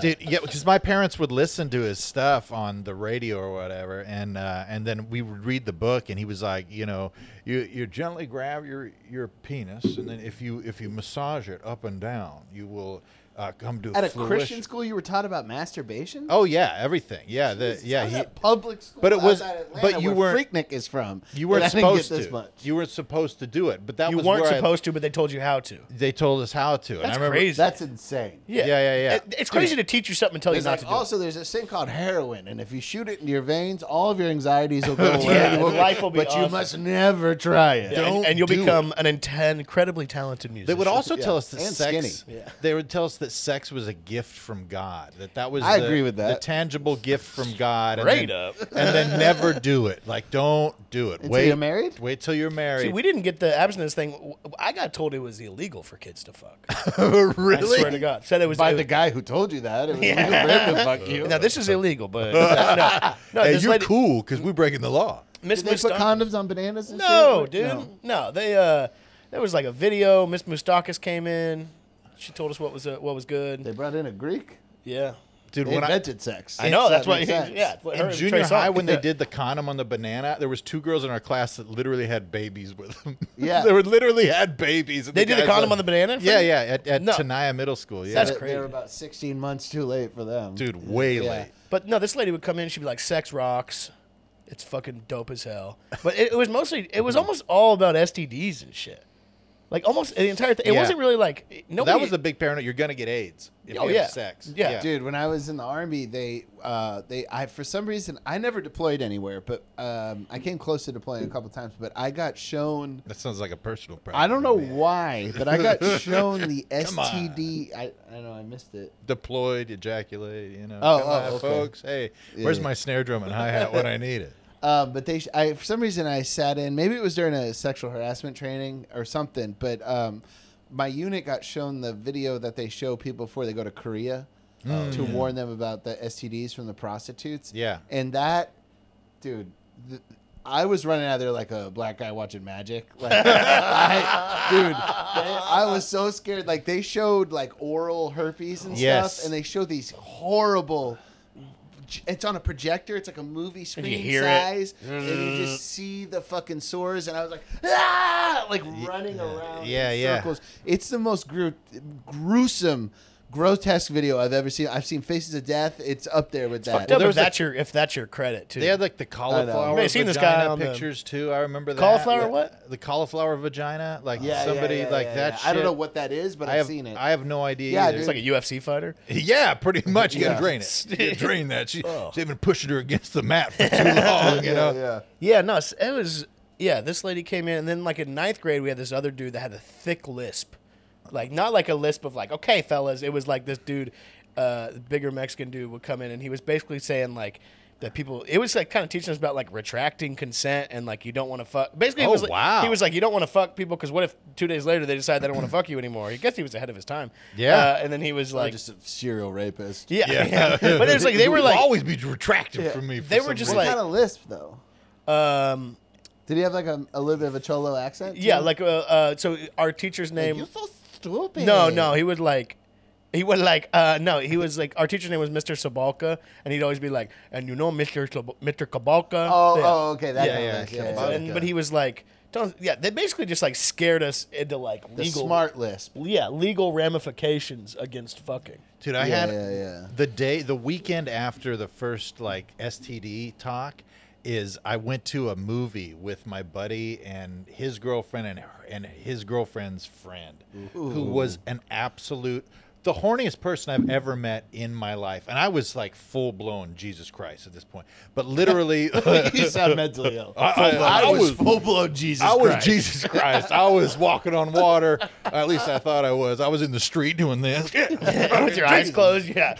Dude, yeah, because my parents would listen to his stuff on the radio or whatever, and uh, and then we would read the book, and he was like, you know, you you gently grab your your penis, and then if you if you massage it up and down, you will uh, come to At a fruition. Christian school, you were taught about masturbation? Oh yeah, everything. Yeah, the, yeah. How's He, that public school. but it was- outside Atlanta but you where weren't- Freaknik is from. you weren't and I didn't get supposed this to. much. You weren't supposed to do it, but that You was weren't where I- supposed to, but they told you how to. they told us how to. and I That's remember- crazy. That's insane. Yeah, yeah, yeah. It- it's crazy to teach you something and tell you It's not like, to do. it. also, there's this thing called heroin, and if you shoot it into your veins, all of your anxieties will go away. Yeah, and life will be but you awesome. must never try it. Yeah, and, Don't and you'll do become an inten- incredibly talented musician. They would also tell us that And sex. skinny. They would tell us that sex was a gift from God. That that was. I the- agree with that. The tangible gift from God. and Straight then- up. And then never do it. Like don't do it. Until wait. you're married? Wait till you're married. See, we didn't get the abstinence thing. W- I got told it was illegal for kids to fuck. I really? swear to God, said it was. By it the was- guy who told you that, it was legal for him to fuck you. Now this is illegal, but no, no, no Hey, this you're lady- cool because we're breaking the law. Miss Did they put Moustakis- condoms on bananas? And No, shit? dude. No. they uh there was like a video. Miss Moustakis came in. She told us what was uh, what was good. They brought in a Greek. yeah. Dude, They when I, invented sex. I know that's That why makes sense. yeah, what her in and junior Trey Songz- high when they did the condom on the banana, there was two girls in our class that literally had babies with them. Yeah. they were literally had babies. and They did the guys condom like- on the banana in front Yeah, of you? yeah, at, at No. Tenaya Middle School. Yeah, That's They- crazy. They were about 16 months too late for them. dude, way Yeah. late. But no, this lady would come in. She'd be like, "Sex rocks." It's fucking dope as hell. But it, it was mostly, it was almost all about STDs and shit. Like almost the entire thing. It Yeah. wasn't really like Well, nobody. that was the big paranoia. You're gonna get AIDS if Oh, you yeah. have sex. Yeah. Dude, when I was in the army, they uh, they I for some reason I never deployed anywhere, but um, I came close to deploying a couple times. But I got shown. That sounds like a personal problem. I don't know man. why, but I got shown the Come on. STD. I, I know I missed it. Deployed, ejaculate. You know. Oh, Come oh, on, okay. folks. Hey, where's yeah. my snare drum and hi hat when I need it? Um, but they, sh- I for some reason I sat in. Maybe it was during a sexual harassment training or something. But um, my unit got shown the video that they show people before they go to Korea Mm. to warn them about the STDs from the prostitutes. Oh, Yeah. and that, dude. Th- I was running out of there like a black guy watching magic. Like, I, dude, they- I was so scared. Like, they showed like oral herpes and Yes. stuff, and they show these horrible it's on a projector. It's like a movie screen hear it. size, and Mm. you just see the fucking sores. And I was like, ah, like running around. yeah, in yeah. Circles. It's the most gru- gruesome, grotesque video I've ever seen. I've seen Faces of Death. It's up there with that. Yeah, there but was if that's your if that's your credit too. They had like the I cauliflower vagina may have seen this guy on the- pictures too. I remember that. Cauliflower Like, what? The cauliflower vagina. Like Yeah, yeah, somebody yeah, like yeah, that. yeah. I don't shit. know what that is, but I I've have, seen it. I have no idea. Yeah, either. dude. it's like a UFC fighter. Yeah, pretty much. You gotta Yeah. drain it. You gotta drain that. She, They've been pushing her against the mat for too long. You know. yeah. Yeah, no, it's- it was. Yeah, this lady came in, and then like in ninth grade, we had this other dude that had a thick lisp, like not like a lisp of like, okay, fellas. It was like this dude, uh, bigger Mexican dude would come in, and he was basically saying like that people. It was like kind of teaching us about like retracting consent and like you don't want to fuck. Basically, Oh, it was like, wow. he was like you don't want to fuck people because what if two days later they decide they don't want to fuck you anymore? I guess he was ahead of his time. Yeah. uh, and then he was like, Just a serial rapist. yeah, yeah. but it was like they You were will like, always be retracted from me. For They were some just What reason. like- kind of lisp though? um, Did he have like a, a little bit of a cholo accent? yeah, too? like uh, uh, so our teacher's name. you're so stupid. No, no, he would like. He would like, uh, no, he was like, our teacher's name was Mr. Sabalka, and he'd always be like, and you know Mr. Sab- Mr. Kabalka. Oh, oh, okay. That Yeah, kind of yeah, lisp, yeah, yeah, Kabalka. And, but he was like, don't, yeah, they basically just like scared us into like The legal, smart lisp. yeah, legal ramifications against fucking. Dude, I Yeah, had yeah, yeah. the day, the weekend after the first like STD talk is I went to a movie with my buddy and his girlfriend and her, and his girlfriend's friend, who was an absolute the horniest person I've ever met in my life, and I was like full blown Jesus Christ at this point. But literally, you sound mentally ill. I- I- I was- full blown Jesus. I was Jesus Christ. I was walking on water. At least I thought I was. I was in the street doing this. With your eyes closed, yeah.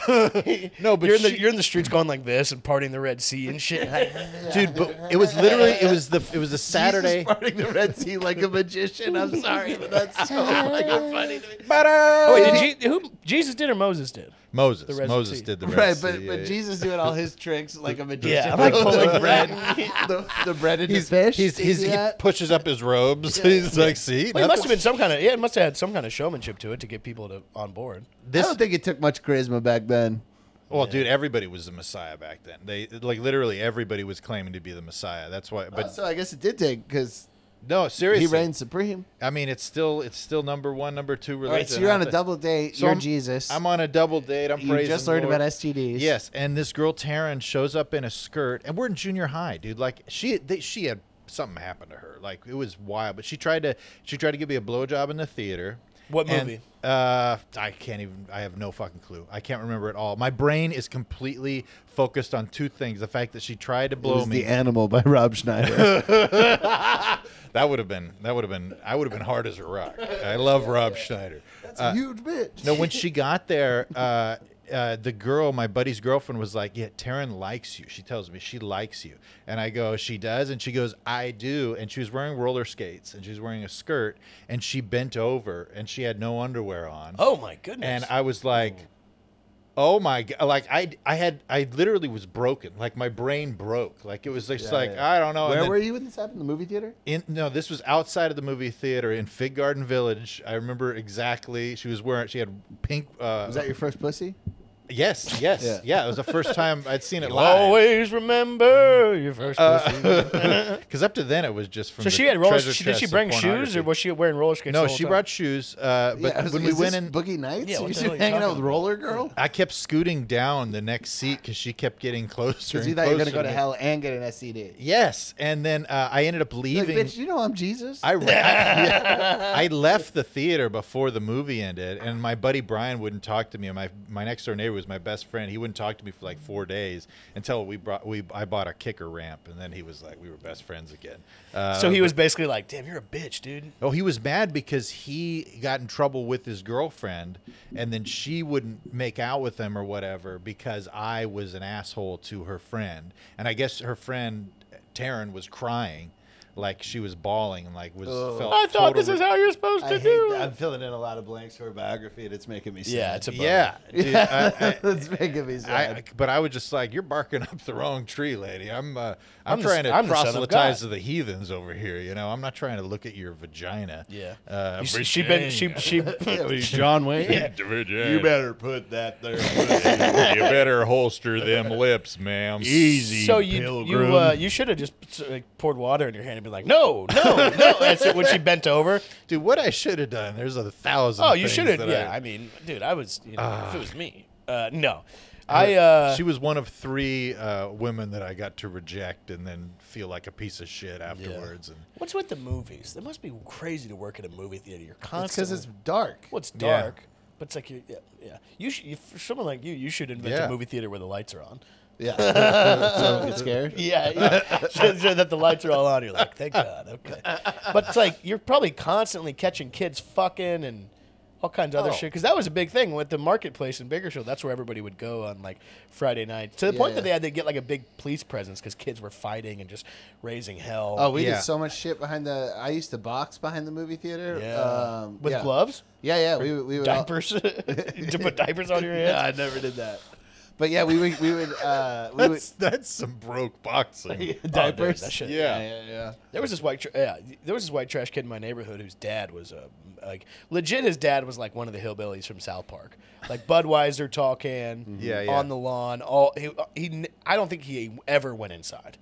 No, but you're in, the, she- you're in the streets going like this and parting the Red Sea and shit. Like, dude. But it was literally it was the it was a Saturday. parting the Red Sea like a magician. I'm sorry, but that's so fucking funny to me. oh, wait, did Je- who, Jesus did or Moses did? Moses. The Red Moses Sea. did the Red Right, Sea, eh? but yeah, yeah. but Jesus doing all his tricks like a magician. Yeah, like pulling bread, the, the bread and He's, the fish. he's, You he's, see he that? pushes up his robes. He's like, see, Well, it nothing- must have been some kind of, yeah, it must have had some kind of showmanship to it to get people to on board. I don't think it took much charisma back then. Well, dude, everybody was the Messiah back then. They like literally everybody was claiming to be the Messiah. That's why. But so I guess it did take because no, seriously, he reigned supreme. I mean, it's still it's still number one, number two All religion. right, so you're on I a thi- double date. So you're I'm- Jesus. I'm on a double date. I'm you praising just learned the Lord. about STDs. Yes, and this girl Taryn shows up in a skirt, and we're in junior high, dude. Like she, they, she had something happened to her. Like it was wild. But she tried to, she tried to give me a blowjob in the theater. What And, movie? uh, I can't even. I have no fucking clue. I can't remember at all. My brain is completely focused on two things: the fact that she tried to It blow was me. the animal by Rob Schneider. That would have been. That would have been. I would have been hard as a rock. I love Rob Schneider. Uh, Huge bitch. No, when she got there, uh, uh, the girl, my buddy's girlfriend, was like, "Yeah, Taryn likes you." She tells me she likes you, and I go, "She does," and she goes, "I do." And she was wearing roller skates, and she was wearing a skirt, and she bent over, and she had no underwear on, Oh my goodness! and I was like. Oh my god! Like I, I had, I literally was broken. Like my brain broke. Like it was just like yeah. I don't know. Oh, And Where then- Uh, were you when this happened? The movie theater? in no this was outside of the movie theater in fig garden village i remember exactly she was wearing she had pink uh Was that your first pussy? Yes, yes, yeah. It was the first time I'd seen it live. Always remember your first pussy. Because up to then it was just from. the So she had roller. treasure She, did she chest of bring shoes, pornography. or was she wearing roller skates? the No, whole she time? brought shoes. Uh, but Yeah, I was when like, we is went this in, Boogie Nights, Yeah, you what the two hell are you hanging out talking with Roller Girl. I kept scooting down the next seat because she kept getting closer. Because you and thought you were gonna closer go to me. hell and get an E STD. Yes, and then uh, I ended up Like, leaving. bitch, you know I'm Jesus. I, ra- yeah. I left the theater before the movie ended, and my buddy Brian wouldn't talk to me. And my my next door neighbor was my best friend. He wouldn't talk to me for like four days until we brought we I bought a kicker ramp, and then he was like, we were best friends again. Uh, So he was basically like, "Damn, you're a bitch, dude." Oh, he was mad because he got in trouble with his girlfriend, and then she wouldn't make out with him or whatever because I was an asshole to her friend, and I guess her friend Taryn was crying, like she was bawling and like was. Felt Oh. I thought total this re- is how you're supposed I to hate do. that. I'm filling in a lot of blanks for a biography, and it's making me sad. Yeah, it's a bummer. Yeah, dude, I, I, it's making me I, sad. I- but I was just like, "You're barking up the wrong tree, lady. I'm, uh, I'm, I'm the- trying to I'm the son of proselytize God." to the heathens over here. You know, I'm not trying to look at your vagina. Yeah. uh, You see, she been she she John Wayne. vagina. You better put that there. you better holster them lips, ma'am. Easy. so you you uh, you should have just like, poured water in your hand and been like, "No, no, no." That's it when she bent over. dude, what I should have done? There's a thousand. Oh, you things should have. that Yeah, I, I- Ah. mean, dude, I was. You know, if it was me, uh, no, I. Uh, she was one of three uh, women that I got to reject and then feel like a piece of shit afterwards. And what's with the movies? It must be crazy to work at a movie theater. You're because constantly. it's dark. well, it's Yeah. dark, but it's like you. Yeah, yeah. You should. you- For someone like you, you should invent Yeah. a movie theater where the lights are on. Yeah. so I don't get scared. Yeah, yeah. so, so that the lights are all on. You're like, thank God, okay. But it's like you're probably constantly catching kids fucking and all kinds Oh. of other shit. Because that was a big thing with the marketplace in Bakersfield. That's where everybody would go on like Friday night. To the point that Yeah. they had to get like a big police presence because kids were fighting and just raising hell. Oh, we Yeah. did so much shit behind the. I used to box behind the movie theater. yeah. Um, With yeah. gloves, Yeah, yeah. We would- we would all- diapers, to put diapers on your hands. Yeah, I never did that. But yeah, we would we would uh, we would that's that's some broke boxing. Oh, dude, diapers. that shit- yeah, yeah. yeah, yeah. There was this white, tra- yeah, there was this white trash kid in my neighborhood whose dad was a like legit. His dad was like one of the hillbillies from South Park, like Budweiser, tall can, Yeah, yeah. on the lawn. All he, he, n- I don't think he ever went inside.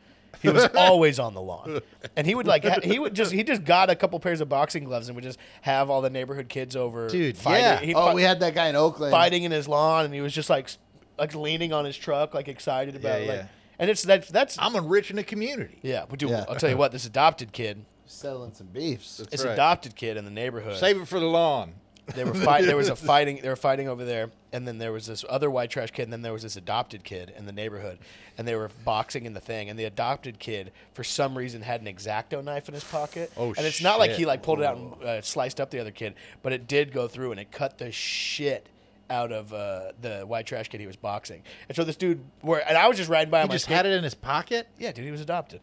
He was always on the lawn, and he would like ha- he would just he just got a couple pairs of boxing gloves and would just have all the neighborhood kids over. Dude, fighting. yeah. He'd Oh, fi- we had that guy in Oakland. fighting in his lawn, and he was just like s- like leaning on his truck, like excited about Yeah, like. yeah. And it's that's that's I'm enriching the community. yeah, but dude, Yeah. I'll tell you what, this adopted kid. settling some beefs. this right. adopted kid in the neighborhood. Save it for the lawn. They were fight. There was a fighting. They were fighting over there, and then there was this other white trash kid, and then there was this adopted kid in the neighborhood, and they were boxing in the thing. And the adopted kid, for some reason, had an exacto knife in his pocket. Oh, And it's not like shit. he like pulled it out and uh, sliced up the other kid, but it did go through, and it cut the shit out of uh, the white trash kid he was boxing. And so this dude, where and I was just riding by on He my just skate- had it in his pocket. Yeah, dude, he was adopted.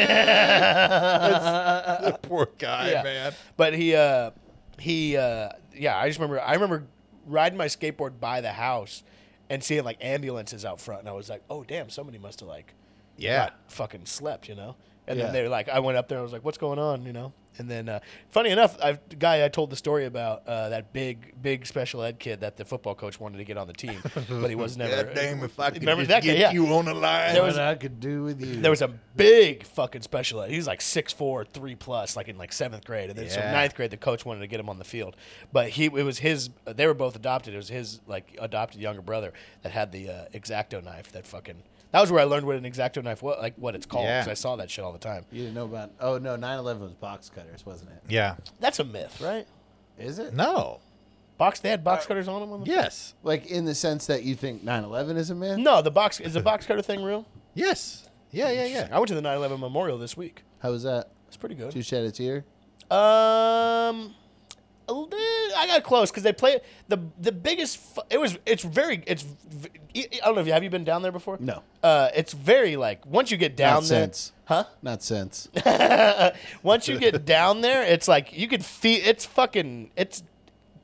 Uh, The poor guy, man. But he, uh, he, uh, yeah. I just remember. I remember riding my skateboard by the house and seeing like ambulances out front, and I was like, "Oh damn, somebody must have like, Yeah. got fucking slept," you know. And Yeah. then they're like, I went up there, I was like, "What's going on?" You know. And then, uh, funny enough, I've, the guy I told the story about uh, that big, big special ed kid that the football coach wanted to get on the team, but he was never. God damn if I could Remember just that guy? get Yeah. you on the line. There was- I could do with you. There was a big fucking special ed. He was like 6'4", 3 plus, like in like seventh grade, and then so Yeah. ninth grade the coach wanted to get him on the field, but he it was his. They were both adopted. It was his like adopted younger brother that had the uh, exacto knife. That fucking that was where I learned what an exacto knife was, like what it's called. Yeah. 'cause I saw that shit all the time. you didn't know about? Oh no, 9/11 was box cutters, wasn't it? yeah. That's a myth, right? Is it? No. Box they had box cutters on them. On the Yes. Like in the sense that you think 9/11 is a myth? No, the box is the box cutter thing real. Yes. Yeah. Yeah. Yeah. I went to the 9/11 memorial this week. How was that? It's pretty good. Did you shed a tear? Um, a li- I got close because they play the the biggest. Fu- it was it's very it's. v- I don't know if you have you been down there before. No. Uh, it's very like once you get down Not there, since. huh? Not since. once you get down there, it's like you could feel it's fucking it's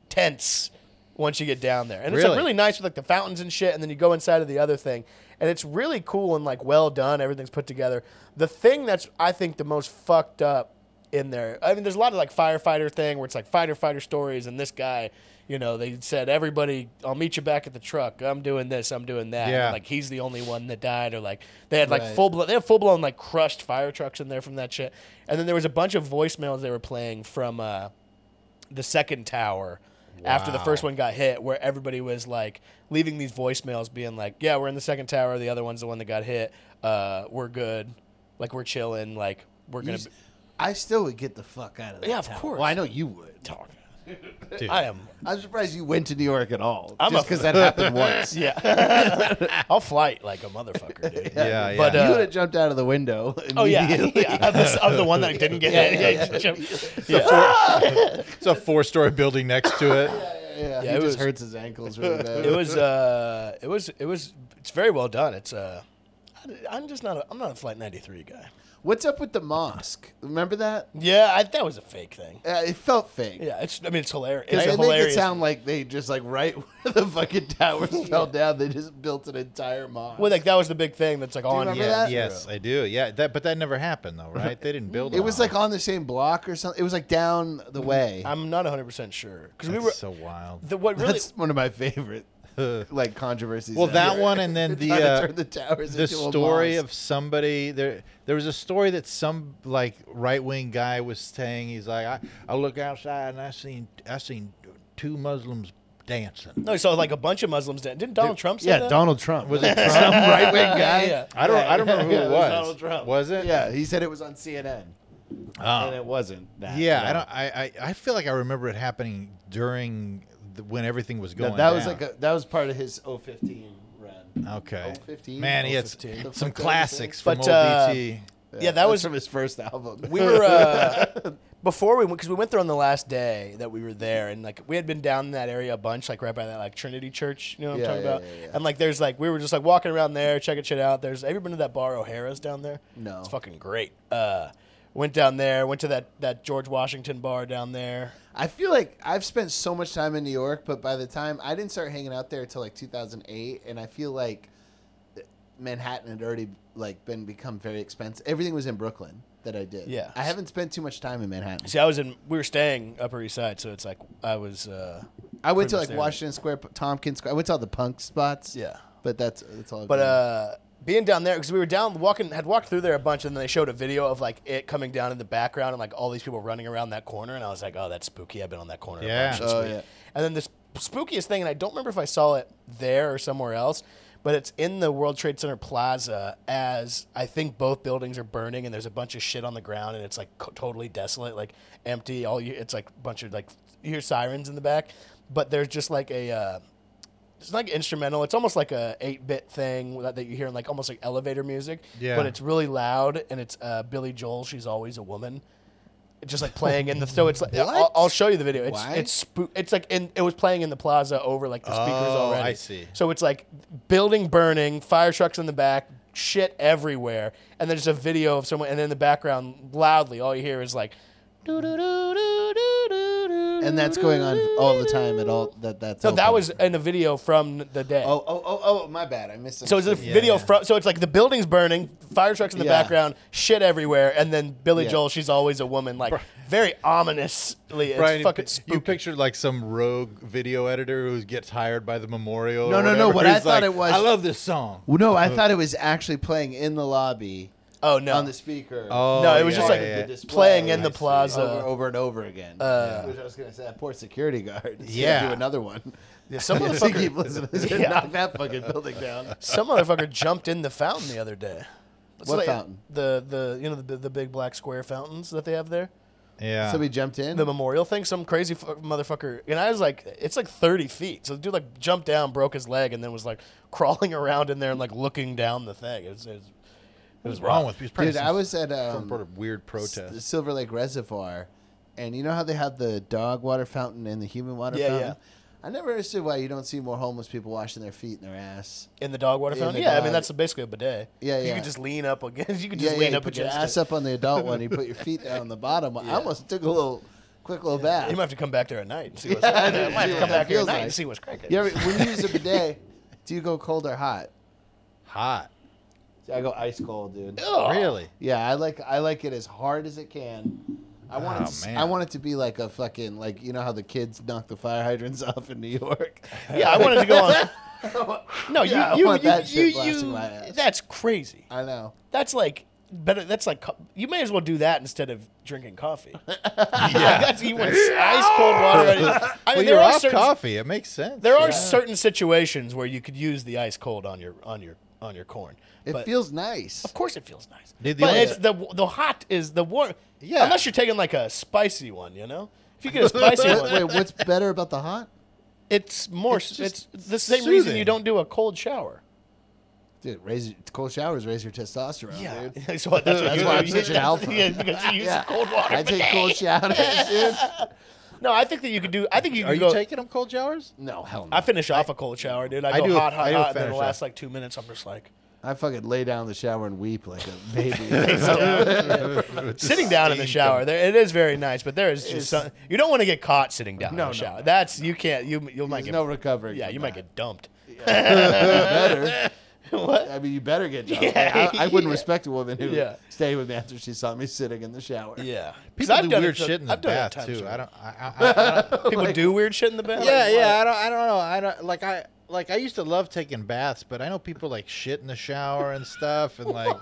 tense once you get down there. And it's like Really? really nice with like the fountains and shit and then you go inside of the other thing and it's really cool and like well done, everything's put together. The thing that's I think the most fucked up in there. I mean there's a lot of like firefighter thing where it's like fighter fighter stories and this guy you know, they said everybody, I'll meet you back at the truck. I'm doing this. I'm doing that. Yeah. Like he's the only one that died, or like they had like Right. full blown, they had full blown like crushed fire trucks in there from that shit. And then there was a bunch of voicemails they were playing from uh, the second tower. After the Wow. first one got hit, where everybody was like leaving these voicemails, being like, "Yeah, we're in the second tower. The other one's the one that got hit. Uh, we're good. Like we're chilling. Like we're gonna." be- I still would get the fuck out of that. Yeah, of town. course. Well, I know you would. I am. I'm surprised you went to New York at all. I'm just a- because that happened once. Yeah. I'll fight like a motherfucker, dude. Yeah, yeah. But, you uh, would have jumped out of the window. Oh yeah, immediately. yeah. Of, this, of the one that didn't get hit. Yeah, yeah, yeah. it's a four-story building next to it. yeah. Yeah, he it just was- hurts his ankles really bad. It was. Uh, it was. It was. It's very well done. It's. Uh, I- I'm just not. A, I'm not a flight 93 guy. What's up with the mosque? Remember that? Yeah, I, that was a fake thing. Uh, it felt fake. Yeah, it's. I mean, it's hilarious. Because It's they a make it hilarious. sound like they just like right where the fucking towers fell down, they just built an entire mosque. well, like that was the big thing. That's like on. remember yeah, that? Yes, I do. Yeah, that but that never happened though, right? They didn't build it was on like on the same block or something. It was like down the way. I'm not 100 percent sure because we That's were. so wild. the, what really? That's one of my favorite like controversies. Well, out that there. one and then the, Trying to uh, turn the towers the into a story mosque. of somebody there there was a story that some like right wing guy was saying he's like I, I look outside and I seen I seen two Muslims dancing. No, so like a bunch of Muslims did. Didn't Donald Trump say yeah, that? Donald Trump Was was it Trump? right wing guy. Yeah. I don't I don't Yeah, remember who yeah, it it was was. Donald Trump. Was it? Yeah, he said it was on CNN, and it wasn't. That, Oh. Yeah, no. I don't I, I I feel like I remember it happening during the, when everything was going No, that was like a, that was part of his 015 run. Okay. 015, Man, he had 015. The s- some fuck that was classics from But, old uh, DT. yeah, that That's was from his first album. we were uh, before we went because we went there on the last day that we were there and like we had been down in that area a bunch like right by that like trinity church you know what Yeah, i'm talking yeah, about yeah, yeah. and like there's like we were just like walking around there checking shit out there's have you been to that bar o'hara's down there No. it's fucking great uh went down there went to that that george washington bar down there I feel like I've spent so much time in New York, but by the time I didn't start hanging out there until like 2008, and I feel like Manhattan had already like been become very expensive. Everything was in Brooklyn that I did. Yeah. I haven't spent too much time in Manhattan. see i was in we were staying upper east side so it's like i was uh I went pretty to much like there. Washington Square, Tompkins Square. I went to all the punk spots. Yeah. but that's that's all. I've But been. uh, being down there, because we were down walking, had walked through there a bunch, and then they showed a video of like it coming down in the background and like all these people running around that corner, and I was like, oh, that's spooky. I've been on that corner. Yeah. A bunch. It's Oh, weird. yeah. And then this spookiest thing, and I don't remember if I saw it there or somewhere else, but it's in the World Trade Center Plaza as I think both buildings are burning, and there's a bunch of shit on the ground, and it's like co- totally desolate, like empty. All you, it's like a bunch of like you hear sirens in the back, but there's just like a. Uh, it's like instrumental. It's almost like a eight bit thing that, that you hear in like almost like elevator music. Yeah. But it's really loud and it's uh, Billy Joel. She's always a woman. Just like playing in the so it's like I'll, I'll show you the video. It's Why? it's spook. It's like in it was playing in the plaza over like the speakers Oh, already. I see. So it's like building burning, fire trucks in the back, shit everywhere, and then just a video of someone and in the background loudly all you hear is like. And and that's going on all the time at all. That that's No, that open. was in a video from the day. Oh oh oh oh! My bad. I missed. So it's a video from. So it's like the building's burning, fire trucks in the Yeah. background, shit everywhere, and then Billy Yeah. Joel, she's always a woman, like very ominously. It's Brian, you fucking pi- you spooky. pictured like some rogue video editor who gets hired by the memorial. No, or no, no, whatever. what I He's thought like, it was- I love this song. No, I thought it was actually playing in the lobby oh no, on the speaker. Oh, No, it was yeah, just like yeah, the yeah. display playing in I the see. plaza. Uh, over, over and over again. Which I was gonna say, that poor security guard. He's gonna Yeah. do another one. Yeah, some to motherfucker- keep listening. He's gonna Yeah. knock that fucking building down. some motherfucker jumped in the fountain the other day. It's What fountain? The the you know the the big black square fountains that they have there. yeah. Somebody jumped in. the memorial thing, some crazy fu- motherfucker. And I was like, it's like 30 feet. So the dude like jumped down, broke his leg, and then was like crawling around in there and like looking down the thing. It was, it was, it was What's wrong with me? He's probably Dude, some I was at some sort um, of weird protest. S- Silver Lake Reservoir, and you know how they have the dog water fountain and the human water Yeah, fountain. I never understood why you don't see more homeless people washing their feet and their ass. in the dog water In fountain. the Yeah, I dog- mean that's basically a bidet. Yeah, You yeah. could just lean up against. You could Yeah, just yeah, lean you up put your against ass it. up on the adult one. You put your feet down on the bottom. one. I almost took a little, quick little bath. You might have to come back there at night and see what's. I might have to Yeah, come back here at feels night like- and see what's cracking. Yeah, but when you use a bidet, do you go cold or hot? Hot. I go ice cold, dude. Ugh. Really? Yeah, I like I like it as hard as it can. I want, it Oh, to, s- man. I want it to be like a fucking like you know how the kids knock the fire hydrants off in New York. Yeah, I wanted to go on. No, you, Yeah, I you, want you, that you, shit blasting you- my ass. That's crazy. I know. That's like better. That's like co- you may as well do that instead of drinking coffee. Yeah. that's you want ice cold water. I mean, well, there you're are off certain coffee. It makes sense. there are yeah. certain situations where you could use the ice cold on your on your on your corn. It but feels nice. of course it feels nice. Dude, the but only- uh, it's the the hot is the warm. Yeah. Unless you're taking like a spicy one, you know. If you get a spicy Wait, one, wait, what's better about the hot? it's more. It's It's, just the same reason soothing. you don't do a cold shower. Dude, raise your- cold showers raise your testosterone, dude. so that's, That's why I'm such an alpha. Yeah, because you use Yeah. cold water. I take cold showers, dude. No, I think that you could do. I think you Are can you go. taking them cold showers? No, hell no. I finish off a cold shower, dude. I, I go do a- hot, hot, I do a hot, and then the finish last off. like two minutes, I'm just like I fucking lay down in the shower and weep like a baby. sitting down in the shower. There, it is very nice, but there is just some, you don't want to get caught sitting down No, in no, the shower. That's you can't. You you might There's get no recovering. yeah, from you might that. get dumped. better. What? I mean, you better get dumped. Yeah, I, I wouldn't respect a woman who Yeah. stayed with me after she saw me sitting in the shower. Yeah, 'Cause People I've do done weird it- shit in the I've done it bath times too. where- I don't. I, I, I, I don't People do weird shit in the bath. yeah, Like, yeah. I don't. I don't know. I don't like. I like. I used to love taking baths, but I know people like shit in the shower and stuff, and like,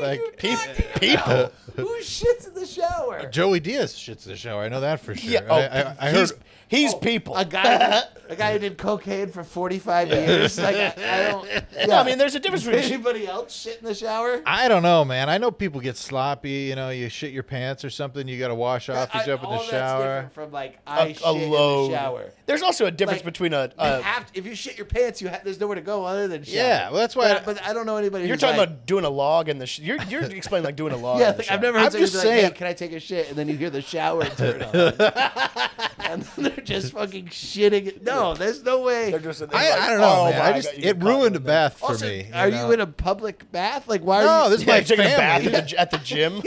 like people. people. Who shits in the shower? Joey Diaz shits in the shower. I know that for sure. Yeah, oh, I, I, I heard. he's, he's people. A guy, a guy who did cocaine for 45 years. Like, I don't. No, I mean, there's a difference between anybody else shit in the shower? I don't know, man. I know people get sloppy. You know, you shit your pants or something. You got to wash off. You I- jump in all the that's shower. different from like I a, shit a load. in the shower. There's also a difference Like, between a. You a have to- if you shit your pants, you ha- there's nowhere to go other than shower. Uh, Yeah, well, that's why But, I- but I don't know anybody. you're who's talking like- about doing a log in the. Sh- you're you're explaining like doing a log. Yeah, in like, the I've shower. never heard I'm somebody just be like, hey, saying- can I take a shit? And then you hear the shower turn on. and then they're just fucking shitting. it. No, there's no way. They're just. they're I, like, I don't know, "Oh man. my I God, just you it get caught ruined a in the- bath for also, me. are know? you in a public bath? Like, why No, are you this is Yeah, my you're taking a bath family. at the, at the gym.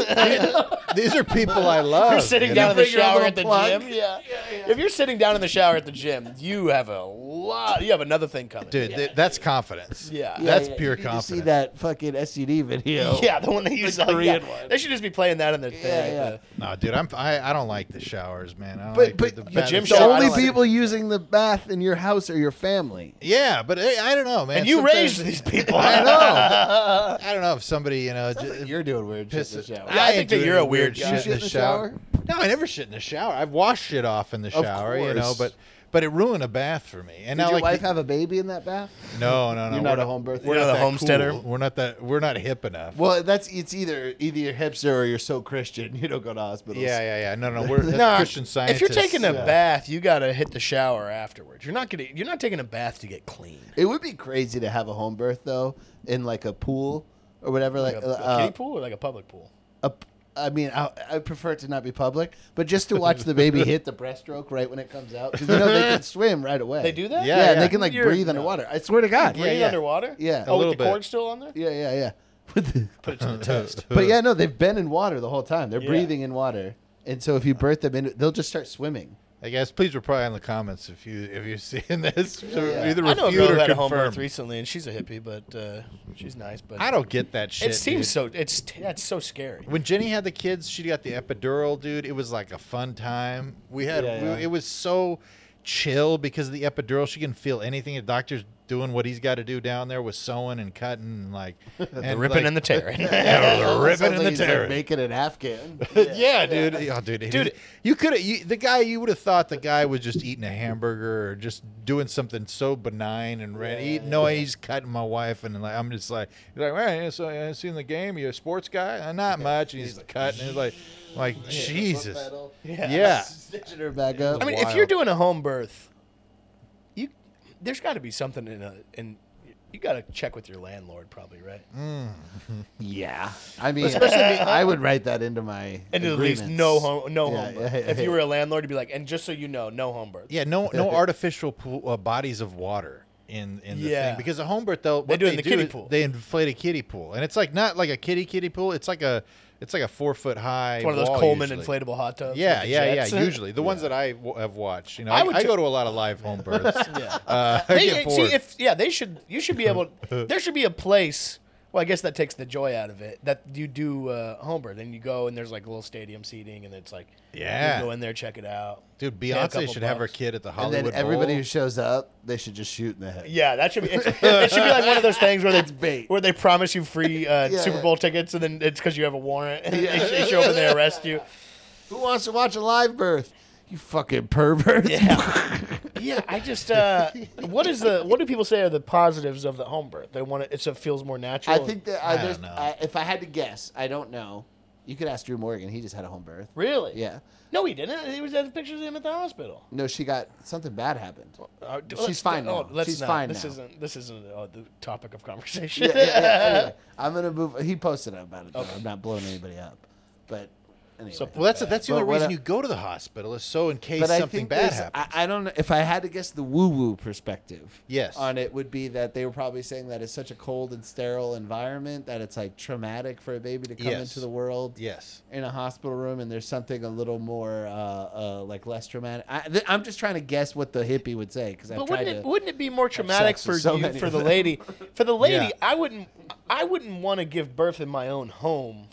These are people I love. you're sitting you down know? in the Bring your shower little at the plug. gym. Yeah. If you're sitting down in the shower at the gym, you have a lot. You have another thing coming, dude. Yeah. th- that's confidence. Yeah. Yeah, that's yeah, pure you need to confidence. see that fucking STD video. yeah, the one that you saw. Yeah. Korean one. They should just be playing that in the thing. Yeah, at yeah. the- No, dude, I'm I, I don't like the showers, man. I don't But- like but the, the bath- gym The shower- I only don't like people using the bath in your house are your family. Yeah, but I, I don't know, man. And you Sometimes- raised these people. I know. I don't know if somebody you know. ju- You're doing weird shit in the Piss it- shower. Yeah, I think ain't that doing you're a any weird guy. shit in the shower. No, I never shit in the shower. I've washed shit off in the Of shower, you know, course. but but it ruined a bath for me. Did And now your like wife the- have a baby in that bath? no, no, no. You're we're not a home birth. We're not that a homesteader. cool. We're not that. We're not hip enough. Well, that's it's either either you're hipster or you're so Christian you don't go to hospitals. yeah, yeah, yeah. No, no. We're that's Nah, Christian scientists. If you're taking a Yeah. bath, you gotta hit the shower afterwards. You're not gonna. You're not taking a bath to get clean. It would be crazy to have a home birth though in like a pool or whatever. Like, Like a, uh, a kiddie pool or like a public pool. a- I mean, I, I prefer it to not be public, but just to watch the baby hit the breaststroke right when it comes out, 'Cause, you know they can swim right away. They do that. Yeah, Yeah, and yeah. they can like You're- breathe no. underwater. I swear to God. Breathe yeah. underwater. Yeah. A Oh, little with the bit. cord still on there. Yeah, yeah, yeah. With the- Put it to the test. but yeah, no, they've been in water the whole time. They're Yeah. breathing in water, and so if you birth them in, they'll just start swimming. I guess please reply in the comments if you if you're seeing this. Yeah. Either I know a refute girl or who had a home confirm. birth recently, and she's a hippie, but uh, she's nice. But I don't get that shit. It dude. seems so. It's that's so scary. When Jenny had the kids, she got the epidural, dude. It was like a fun time. We had Yeah, we- yeah. it was so chill because of the epidural. She couldn't feel anything. The doctor's doing what he's got to do down there with sewing and cutting and like and ripping like- and the tearing. Yeah, the ripping Sounds and like the he's, like, tearing. making an Afghan. yeah, dude. Oh, dude. it- Dude. you could have the guy. You would have thought the guy was just eating a hamburger or just doing something so benign and red. eat no, he's cutting my wife, and like I'm just like, he's like, man, you so you seen the game? You a sports guy? Uh, not much. And he's cutting. And he's like, like Jesus. Yeah. Stitching her back up. I mean, if Wild. you're doing a home birth, you there's got to be something in a in you got to check with your landlord probably, right? Mm. Yeah, I mean, I would write that into my And at least agreements. no home no Yeah, home yeah, birth. yeah, if yeah. you were a landlord, you'd be like, and just so you know, no home birth. Yeah, no, no artificial pool, uh, bodies of water in in the Yeah. thing because a home birth they'll what do it in the kiddie is pool. They inflate a kiddie pool, and it's like not like a kiddie kiddie pool. It's like a it's like a four foot high. One of those wall Coleman usually. inflatable hot tubs. Yeah, with the yeah, jets. yeah. Usually the ones that I w- have watched. You know, I I, would I t- go to a lot of live home births. Yeah. uh, I They- get see bored. if yeah, they should. You should be able. there should be a place Well, I guess that takes the joy out of it. That you do uh, Homer, then you go and there's like little stadium seating, and it's like Yeah. you go in there, check it out. Dude, Pay a couple Beyonce should have her bucks. kid at the And then Hollywood everybody Bowl. who shows up, they should just shoot in the head. Yeah, that should be. It, it should be like one of those things where they bait. where they promise you free uh, Yeah. Super Bowl tickets, and then it's because you have a warrant. And they, sh- they show up and they arrest you. Who wants to watch a live birth? You fucking pervert. Yeah, yeah. I just uh, what is the what do people say are the positives of the home birth? They want it. It's, it feels more natural. I think that I, don't there's, know. I, if I had to guess, I don't know. You could ask Drew Morgan. He just had a home birth. really. Yeah. No, he didn't. He was had pictures of him at the hospital. No, she got something bad happened. Uh, d- She's let's- fine oh, now. let's She's not. fine This now. isn't. This isn't uh, the topic of conversation. Yeah, yeah, yeah, anyway, I'm gonna move. He posted about it. Though. I'm not blowing anybody up, but anyway. So- Well, that's that's the But only what reason I- you go to the hospital is so in case but I something think bad there's- happens. I, I don't know if I had to guess the woo-woo perspective. Yes. On it would be that they were probably saying that it's such a cold and sterile environment that it's like traumatic for a baby to come Yes. into the world. yes. in a hospital room and there's something a little more uh, uh, like less traumatic. I, th- I'm just trying to guess what the hippie would say because I've But tried wouldn't to. it, wouldn't it be more traumatic sex for with so you many for of the them. lady? For the lady, Yeah. I wouldn't I wouldn't want to give birth in my own home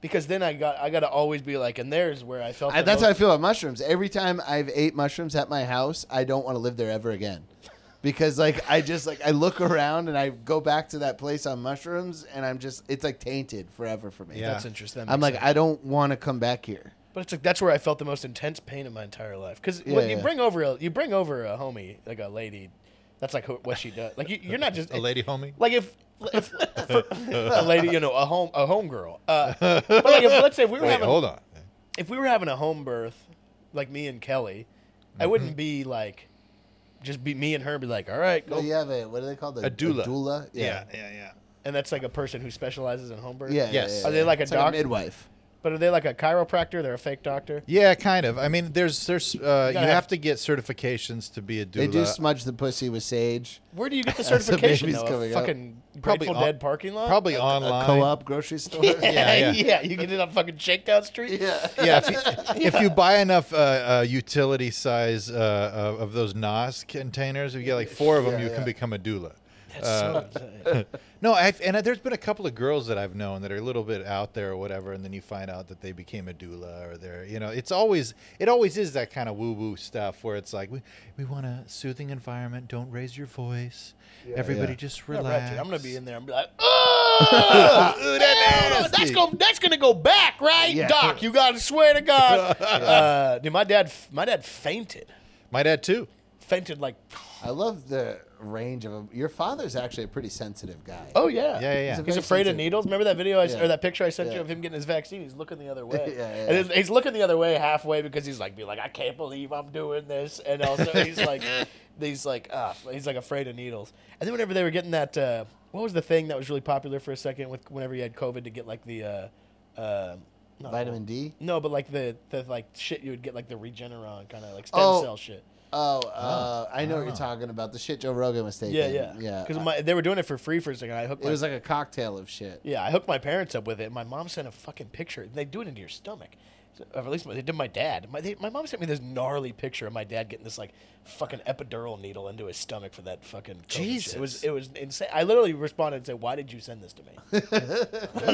because then I got I got to always be like and there's where I felt I, the that's how I most- feel about mushrooms. Every time I've ate mushrooms at my house, I don't want to live there ever again. Because like I just like I look around and I go back to that place on mushrooms and I'm just it's like tainted forever for me. Yeah. that's interesting. That I'm like makes sense. I don't want to come back here. but it's like that's where I felt the most intense pain in my entire life cuz Yeah, when you yeah. bring over a, you bring over a homie like a lady that's like who- what she does. Like you, you're not just A lady homie? Like if, if for, a lady, you know, a home a homegirl. Uh, but like if, let's say if we were Wait, having hold on. if we were having a home birth, like me and Kelly, I wouldn't be like, just be me and her be like, all right, go. Oh, you have a what do they call the A doula. doula? Yeah, yeah, yeah. And that's like a person who specializes in home birth. Yeah. yeah, Yes. yeah, Are they yeah. like a It's doc- midwife? But are they like a chiropractor? They're a fake doctor. Yeah, kind of. I mean, there's there's uh, you, have- have, to get certifications to be a doula. They do smudge the pussy with sage. Where do you get the As the certification? baby's though? A coming up. fucking Probably Grateful on- Dead parking lot. Probably online. A Uh, co-op grocery store. Yeah, yeah. yeah. You get it on fucking Shakedown Street. yeah. Yeah, if you, if you buy enough uh, uh, utility size uh, uh, of those Nas containers, if you get like four of them, Yeah, you yeah. can become a doula. Uh, That's so No, I've, and uh, there's been a couple of girls that I've known that are a little bit out there or whatever, and then you find out that they became a doula or they're, you know, it's always, it always is that kind of woo woo stuff where it's like, we, we want a soothing environment. Don't raise your voice. Everybody yeah. just Yeah, relax. right, dude. I'm gonna be in there. I'm like, oh, that's nasty." gonna that's gonna go back, right, Doc? You gotta swear to God. uh, dude, my dad, my dad fainted, My dad, too. fainted like, I love the range of them. Your father's actually a pretty sensitive guy. oh yeah, Yeah, yeah, yeah. He's a He's very afraid of sensitive- needles. Remember that video I, s- Yeah. or that picture I sent you Yeah. of him getting his vaccine? He's looking the other way. Yeah, yeah. And he's, he's looking the other way halfway because he's like, be like, I can't believe I'm doing this. And also he's like, he's like, ah, he's like afraid of needles. And then whenever they were getting that, uh, what was the thing that was really popular for a second with whenever you had COVID to get like the, uh, uh, not- Vitamin D. No, but like the, the like shit you would get like the Regeneron kind of like stem Oh. cell shit. Oh, uh, I know what you're talking about. The shit Joe Rogan was taking. Yeah, yeah, yeah. Because my they were doing it for free for a second. I hooked. it my, was like a cocktail of shit. Yeah, I hooked my parents up with it. My mom sent a fucking picture. They do it into your stomach. So- Or at least my- they did my dad. My, they, my mom sent me this gnarly picture of my dad getting this like fucking epidural needle into his stomach for that fucking. COVID shit. It was Jesus. it was insane. I literally responded and said, "Why did you send this to me?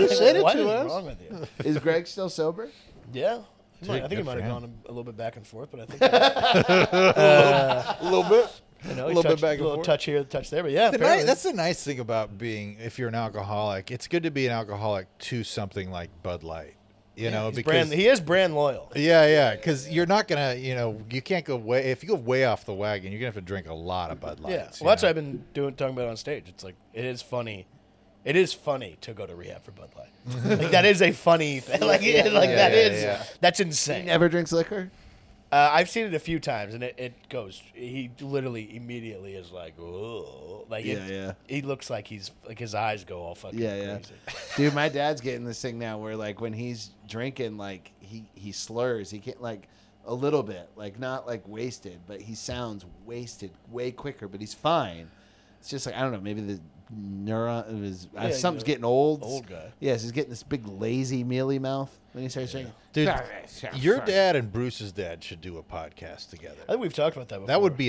you sent it what to is us." wrong with you? Is Greg still sober? Yeah, He might- I Dude, think he good might for have him. gone a, a little bit back and forth, but I think a A little bit. know, a he little touched- bit back and little forth. touch here, touch there, but yeah, The ni- apparently. that's the nice thing about being, if you're an alcoholic, it's good to be an alcoholic to something like Bud Light, you know, He's Oh, because brand, he is brand loyal. Yeah, yeah, because you're not gonna, you know, you can't go way. If you go way off the wagon, you're gonna have to drink a lot of Bud Lights. you Yeah, well, that's know? what I've been doing, talking about on stage. It's like it is funny, it is funny to go to rehab for Bud Light. like that is a funny thing. Like, it- like yeah, that yeah, is yeah. that's insane. Never drinks liquor. Uh, I've seen it a few times, and it, it goes. He literally immediately is like, "Whoa!" Like it- Yeah, yeah. He looks like he's like his eyes go all fucking Yeah, yeah. crazy. Dude, my dad's getting this thing now where like when he's drinking, like he he slurs. He can't like a little bit, like not like wasted, but he sounds wasted way quicker. But he's fine. It's just like I don't know. Maybe the neuron. of His, uh, Yeah, something's the getting old. old guy. Yes, he's getting this big lazy mealy mouth. Then he starts saying, Dude, sorry. your dad and Bruce's dad should do a podcast together. I think we've talked about that before. That would be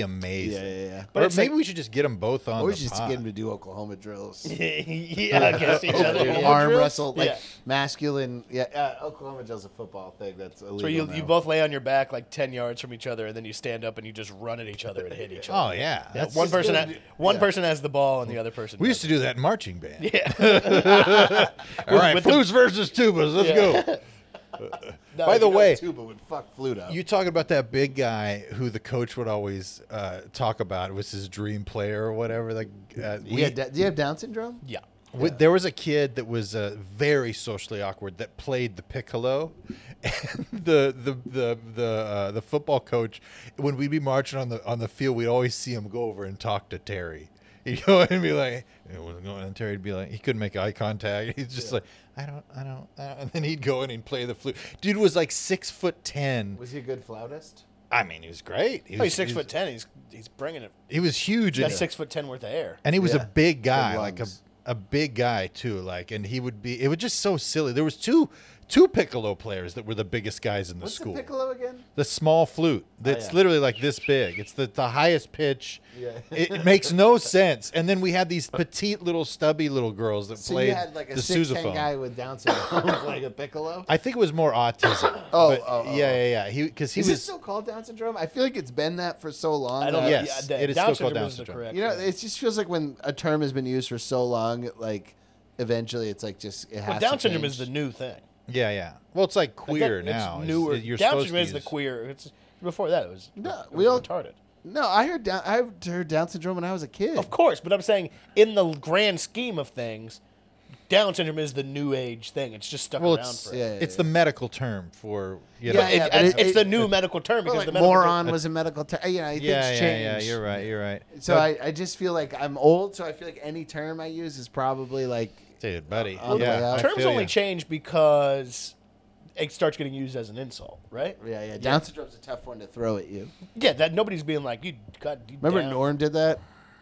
amazing. "Yeah, yeah, yeah." But Or it's maybe like- we should just get them both on Or the just pod. get him to do Oklahoma drills. yeah, against each Oklahoma Oh, other. arm wrestle, like Yeah. masculine. Yeah, uh, Oklahoma drills a football thing that's illegal. So you, you now. both lay on your back like ten yards from each other, and then you stand up and you just run at each other and hit each other. Oh yeah, Yeah, that's, Uh, one person, gonna ha- be- one yeah. person has the ball, and the other person. we used to do that in marching band. Yeah. All right, with the- flutes versus tubas. Let's Yeah. go. No, By the you know, way, Tuba would fuck flute up. you talking about that big guy who the coach would always uh, talk about was his dream player or whatever. Like uh, We had, da- do you have Down syndrome? Yeah. We- There was a kid that was uh, very socially awkward that played the piccolo, and the the the the uh, the football coach. When we'd be marching on the on the field, we'd always see him go over and talk to Terry. You know, and be like, it was going on. Terry'd be like, he couldn't make eye contact. He's just like, I don't, I don't, I don't. And then he'd go in and play the flute. Dude was like six foot ten. Was he a good flautist? I mean, he was great. He was Oh, he's six he was- foot ten. He's he's bringing it. He was huge. That's and- six foot ten worth of air. and he was Yeah. a big guy, like a lungs. a big guy too. Like, and he would be. It was just so silly. There was two two piccolo players that were the biggest guys in the What's school. the piccolo again? The small flute that's yeah. literally like this big. It's the, the highest pitch. Yeah. It, it makes no sense. And then we had these petite little stubby little girls that So played you had like a the six ten sousaphone. guy with Down syndrome playing a piccolo. I think it was more autism. Oh, but oh, oh, yeah, yeah, yeah. He because he Is it was still called Down syndrome? I feel like it's been that for so long. I don't. that- know. Yes, yeah, it is Down still called syndrome Down is the syndrome. correct You know, one. it just feels like when a term has been used for so long, like eventually it's like just it has. Well, to Down syndrome is change. the new thing. yeah, yeah. Well, it's like Like, queer that- it's now. is- newer. You're Down supposed to syndrome is the use- queer. It's before that. It was. No, it we was all- retarded. No, I heard down. I heard Down syndrome when I was a kid. Of course, but I'm saying in the grand scheme of things, Down syndrome is the new age thing. It's just stuck Well, around it's for. yeah, it's the medical term for you know. Yeah, yeah, It- but it's, it- the new medical term Well, because like the medical term- moron was a medical term. You know, things yeah, yeah, change. yeah. You're right. You're right. So I, I just feel like I'm old. So I feel like any term I use is probably like dude, buddy. I'll lay yeah, out. I terms feel only ya. change because it starts getting used as an insult, right? yeah, yeah. Down syndrome's a tough one to throw at you. Yeah, that nobody's being like you. God, you Remember down. Norm did that.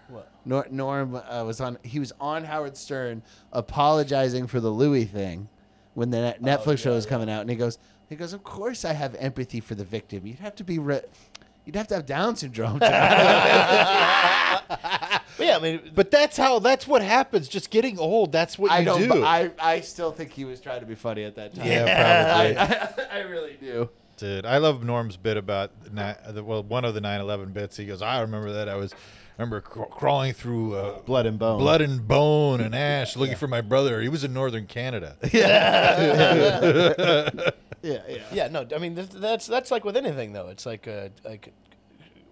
What? Nor- Norm uh, was on. He was on Howard Stern apologizing for the Louis thing when the Oh, net- Netflix show was coming out, and he goes, he goes, of course I have empathy for the victim. You'd have to be. Re- You'd have to have Down syndrome. To But yeah, I mean, But that's how. That's what happens. Just getting old. That's what I you don't. do. but I, I still think he was trying to be funny at that time. yeah, probably, I, I really do. dude. I love Norm's bit about ni- the well, one of the 9/11 bits. He goes, I remember that. I was remember cr- crawling through uh, Blood and bone. blood and bone and ash looking for my brother. He was in northern Canada. Yeah, yeah. yeah, no, I mean th- that's that's like with anything though. It's like uh, like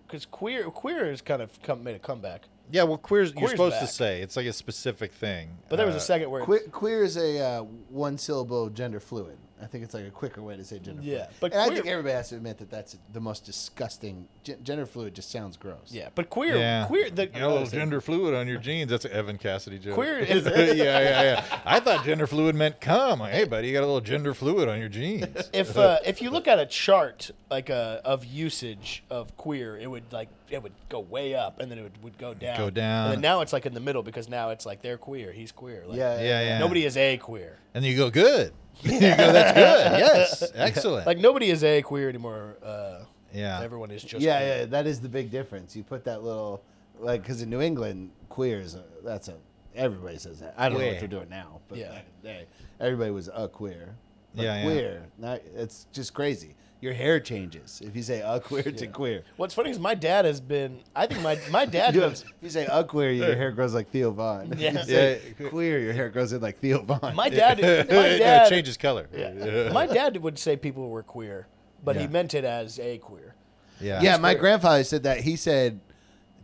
because queer queer has kind of come, made a comeback, yeah, well, queers. you're Queer's supposed to back. say it's like a specific thing. but there was Uh, a second where Queer, queer is a uh, one syllable gender fluid. I think it's like a quicker way to say gender Yeah, fluid. but and I queer- think everybody has to admit that that's the most disgusting. Gen- gender fluid just sounds gross. yeah, but queer Yeah. queer the you got a little gender fluid on your jeans. That's an Evan Cassidy joke. Queer is- yeah, yeah, yeah. I thought gender fluid meant come. Like, hey, buddy, you got a little gender fluid on your jeans. if uh, if you look at a chart like uh, of usage of queer, it would like it would go way up and then it would, would go down. Go down. And then now it's like in the middle because now it's like they're queer, he's queer. Like, Yeah, Yeah, yeah. Nobody is a queer. And you go good. you go that's good. Yes, excellent. Like nobody is a queer anymore. Uh, Yeah. Everyone is just yeah, queer. yeah. That is the big difference. You put that little like because in New England, queers. uh, That's a everybody says that. I don't know Queer. what they're doing now, but Yeah. back in the day, everybody was a queer. But Yeah, yeah. queer. Now it's just crazy. Your hair changes if you say a queer to queer. What's funny is my dad has been. I think my my dad. You have- lives, if you say a queer, your hair grows like Theo Vaughn. If you Yeah. say Yeah. queer, your hair grows in like Theo Vaughn. my dad. My it dad. changes color. my dad would say people were queer, but Yeah. he meant it as a queer. yeah. yeah, my grandfather said that. He said,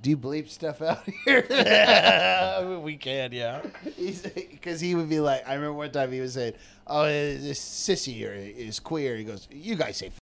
"Do you bleep stuff out here?" Uh, we can, yeah. Because he would be like, I remember one time he was saying, "Oh, this sissy or is queer." He goes, "You guys say." F-.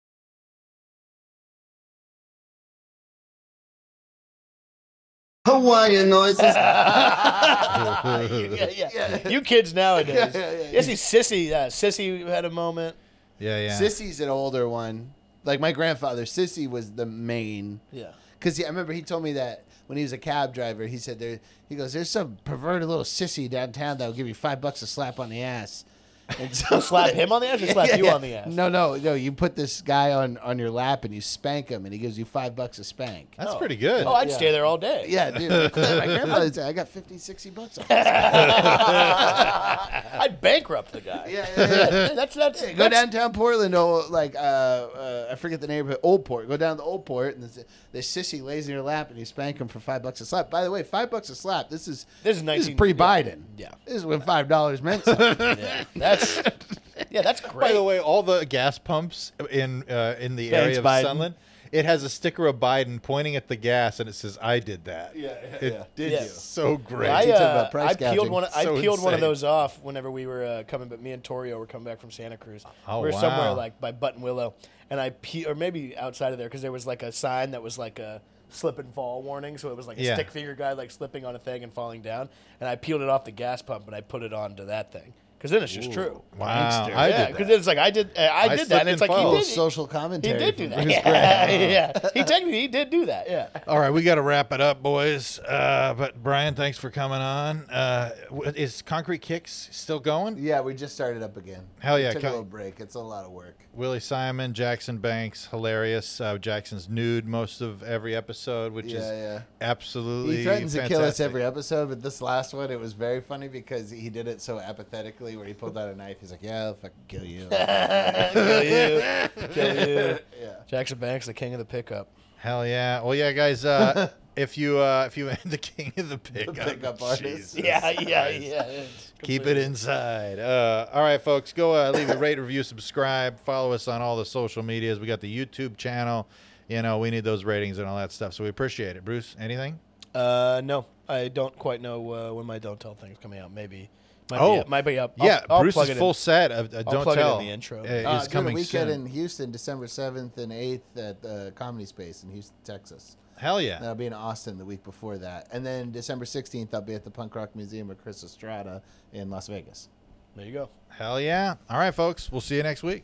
Hawaiian noises. yeah, yeah. You kids nowadays. Yeah, yeah, yeah. Yes, he's sissy. Yeah, sissy had a moment. Yeah, yeah. Sissy's an older one. Like my grandfather, sissy was the main. Yeah. Because I remember he told me that when he was a cab driver, he said there. He goes, "There's some perverted little sissy downtown that'll give you five bucks a slap on the ass." And so Slap him on the ass or slap Yeah, you yeah. on the ass? No, no, no. You put this guy on on your lap and you spank him, and he gives you five bucks a spank. That's pretty good. Oh, I'd stay there all day. Yeah, dude. My grandfather said I got 50, 60 bucks. On this. I'd bankrupt the guy. Yeah, yeah, yeah. that's that's Go that's- downtown Portland, oh, like uh, uh, I forget the neighborhood, Old Port. Go down to Old Port, and the, the sissy lays in your lap, and you spank him for five bucks a slap. By the way, five bucks a slap. This is This is this is 19 pre Biden. yeah. this is when five dollars meant something. Yeah, that's yeah, that's great. By the way, all the gas pumps in uh, in the Thanks, area of Biden. Sunland, it has a sticker of Biden pointing at the gas, and it says, "I did that." Yeah, it did. Yeah. So great. I, talking uh, about price I peeled gouging. one. I So peeled one of insane. those off whenever we were uh, coming, but me and Torio were coming back from Santa Cruz. Oh, we were somewhere wow. like by Button Willow, and I pe- or maybe outside of there because there was like a sign that was like a slip and fall warning, so it was like a Yeah. stick figure guy like slipping on a thing and falling down, and I peeled it off the gas pump and I put it onto that thing because then it's just true. wow, I yeah, did because that. it's like I did, uh, I, I I did that. slipped And it's and like fell. he Little did, social he commentary. did do from that. Bruce Yeah, yeah, he technically he did do that. Yeah. All right, we got to wrap it up, boys. Uh, but Brian, thanks for coming on. Uh, w- is Concrete Kicks still going? Yeah, we just started up again. Hell yeah, Took Cal- a little break. It's a lot of work. Willie Simon, Jackson Banks, hilarious. Uh, Jackson's nude most of every episode, which Yeah, is yeah. absolutely He threatens to kill us fantastic. every episode, but this last one, it was very funny because he did it so apathetically where he pulled out a knife. He's like, yeah, I'll fucking kill you. kill you, kill you. Jackson Banks, the king of the pickup. Hell yeah! Well, yeah, guys. Uh, if you uh, if you the king of the pickup, pickup artist. Jesus Yeah, yeah, Christ. yeah. Keep it inside. Uh, all right, folks, go uh, leave a rate, review, subscribe, follow us on all the social medias. We got the YouTube channel. You know, we need those ratings and all that stuff, so we appreciate it. Bruce, anything? Uh, no, I don't quite know uh, when my don't tell thing's coming out. Maybe. Might Oh. be, might be up. I'll- yeah, I'll Bruce's plug it in. full set of uh, Don't plug it in Tell the intro. uh, Uh, is doing coming a weekend soon. in Houston, December 7th and 8th at the Comedy Space in Houston, Texas. Hell yeah! And I'll be in Austin the week before that. And then December 16th, I'll be at the Punk Rock Museum with Chris Estrada in Las Vegas. There you go. Hell yeah! All right, folks, we'll see you next week.